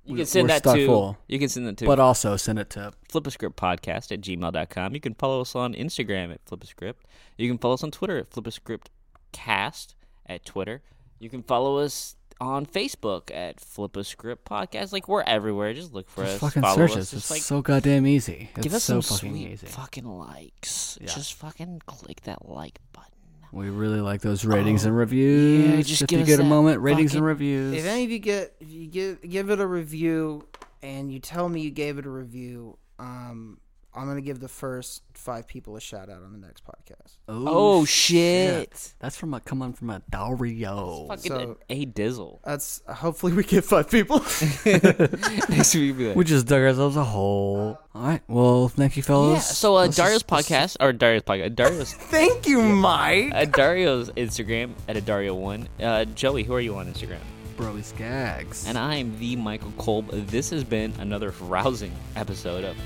Speaker 1: You
Speaker 3: We-
Speaker 1: can send
Speaker 3: we're
Speaker 1: that
Speaker 3: stuck
Speaker 1: to.
Speaker 3: full.
Speaker 1: You can send that to
Speaker 3: But also send it to
Speaker 1: flippascriptpodcast at gmail.com. You can follow us on Instagram at flippascript. You can follow us on Twitter at flippascriptcast at Twitter. You can follow us on Facebook at flippascript podcast. Like we're everywhere. Just look for
Speaker 3: just
Speaker 1: us.
Speaker 3: fucking
Speaker 1: follow
Speaker 3: search
Speaker 1: us.
Speaker 3: us.
Speaker 1: Just
Speaker 3: It's
Speaker 1: like
Speaker 3: so goddamn easy. It's
Speaker 1: give us
Speaker 3: so
Speaker 1: some
Speaker 3: fucking
Speaker 1: sweet
Speaker 3: easy.
Speaker 1: fucking likes.
Speaker 3: Yeah.
Speaker 1: Just fucking click that like button.
Speaker 3: We really like those ratings and reviews.
Speaker 1: Oh. just
Speaker 3: if
Speaker 1: give
Speaker 3: you
Speaker 1: us
Speaker 3: get a
Speaker 1: that
Speaker 3: moment, ratings
Speaker 1: fucking-
Speaker 3: and reviews.
Speaker 2: If any of you get if you give give it a review and you tell me you gave it a review, um, I'm gonna give the first five people a shout out on the next podcast.
Speaker 1: Oh, shit.
Speaker 3: That's from a come on from a Dario.
Speaker 1: Fucking
Speaker 2: So-
Speaker 1: a, a
Speaker 3: [laughs]
Speaker 1: dizzle.
Speaker 2: That's hopefully we get five people.
Speaker 1: Next week we'll be like,
Speaker 3: We just dug ourselves a hole. All right. Well, thank you,
Speaker 1: yeah,
Speaker 3: fellas.
Speaker 1: so uh,
Speaker 3: Let's just-
Speaker 1: Dario's podcast, or Dario's podcast, Dario's
Speaker 2: Thank you, Mike.
Speaker 1: at Dario's Instagram at a Dario one. Uh, Joey, who are you on Instagram?
Speaker 3: Broly Skags.
Speaker 1: And I am the Michael Kolb. This has been another rousing episode of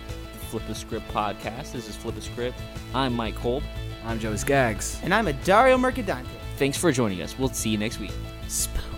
Speaker 1: Flip a Script podcast. This is Flip a Script. I'm Mike Kolb.
Speaker 3: I'm Joey Skags.
Speaker 2: And I'm a Dario Mercadante.
Speaker 1: Thanks for joining us. We'll see you next week. Spoon.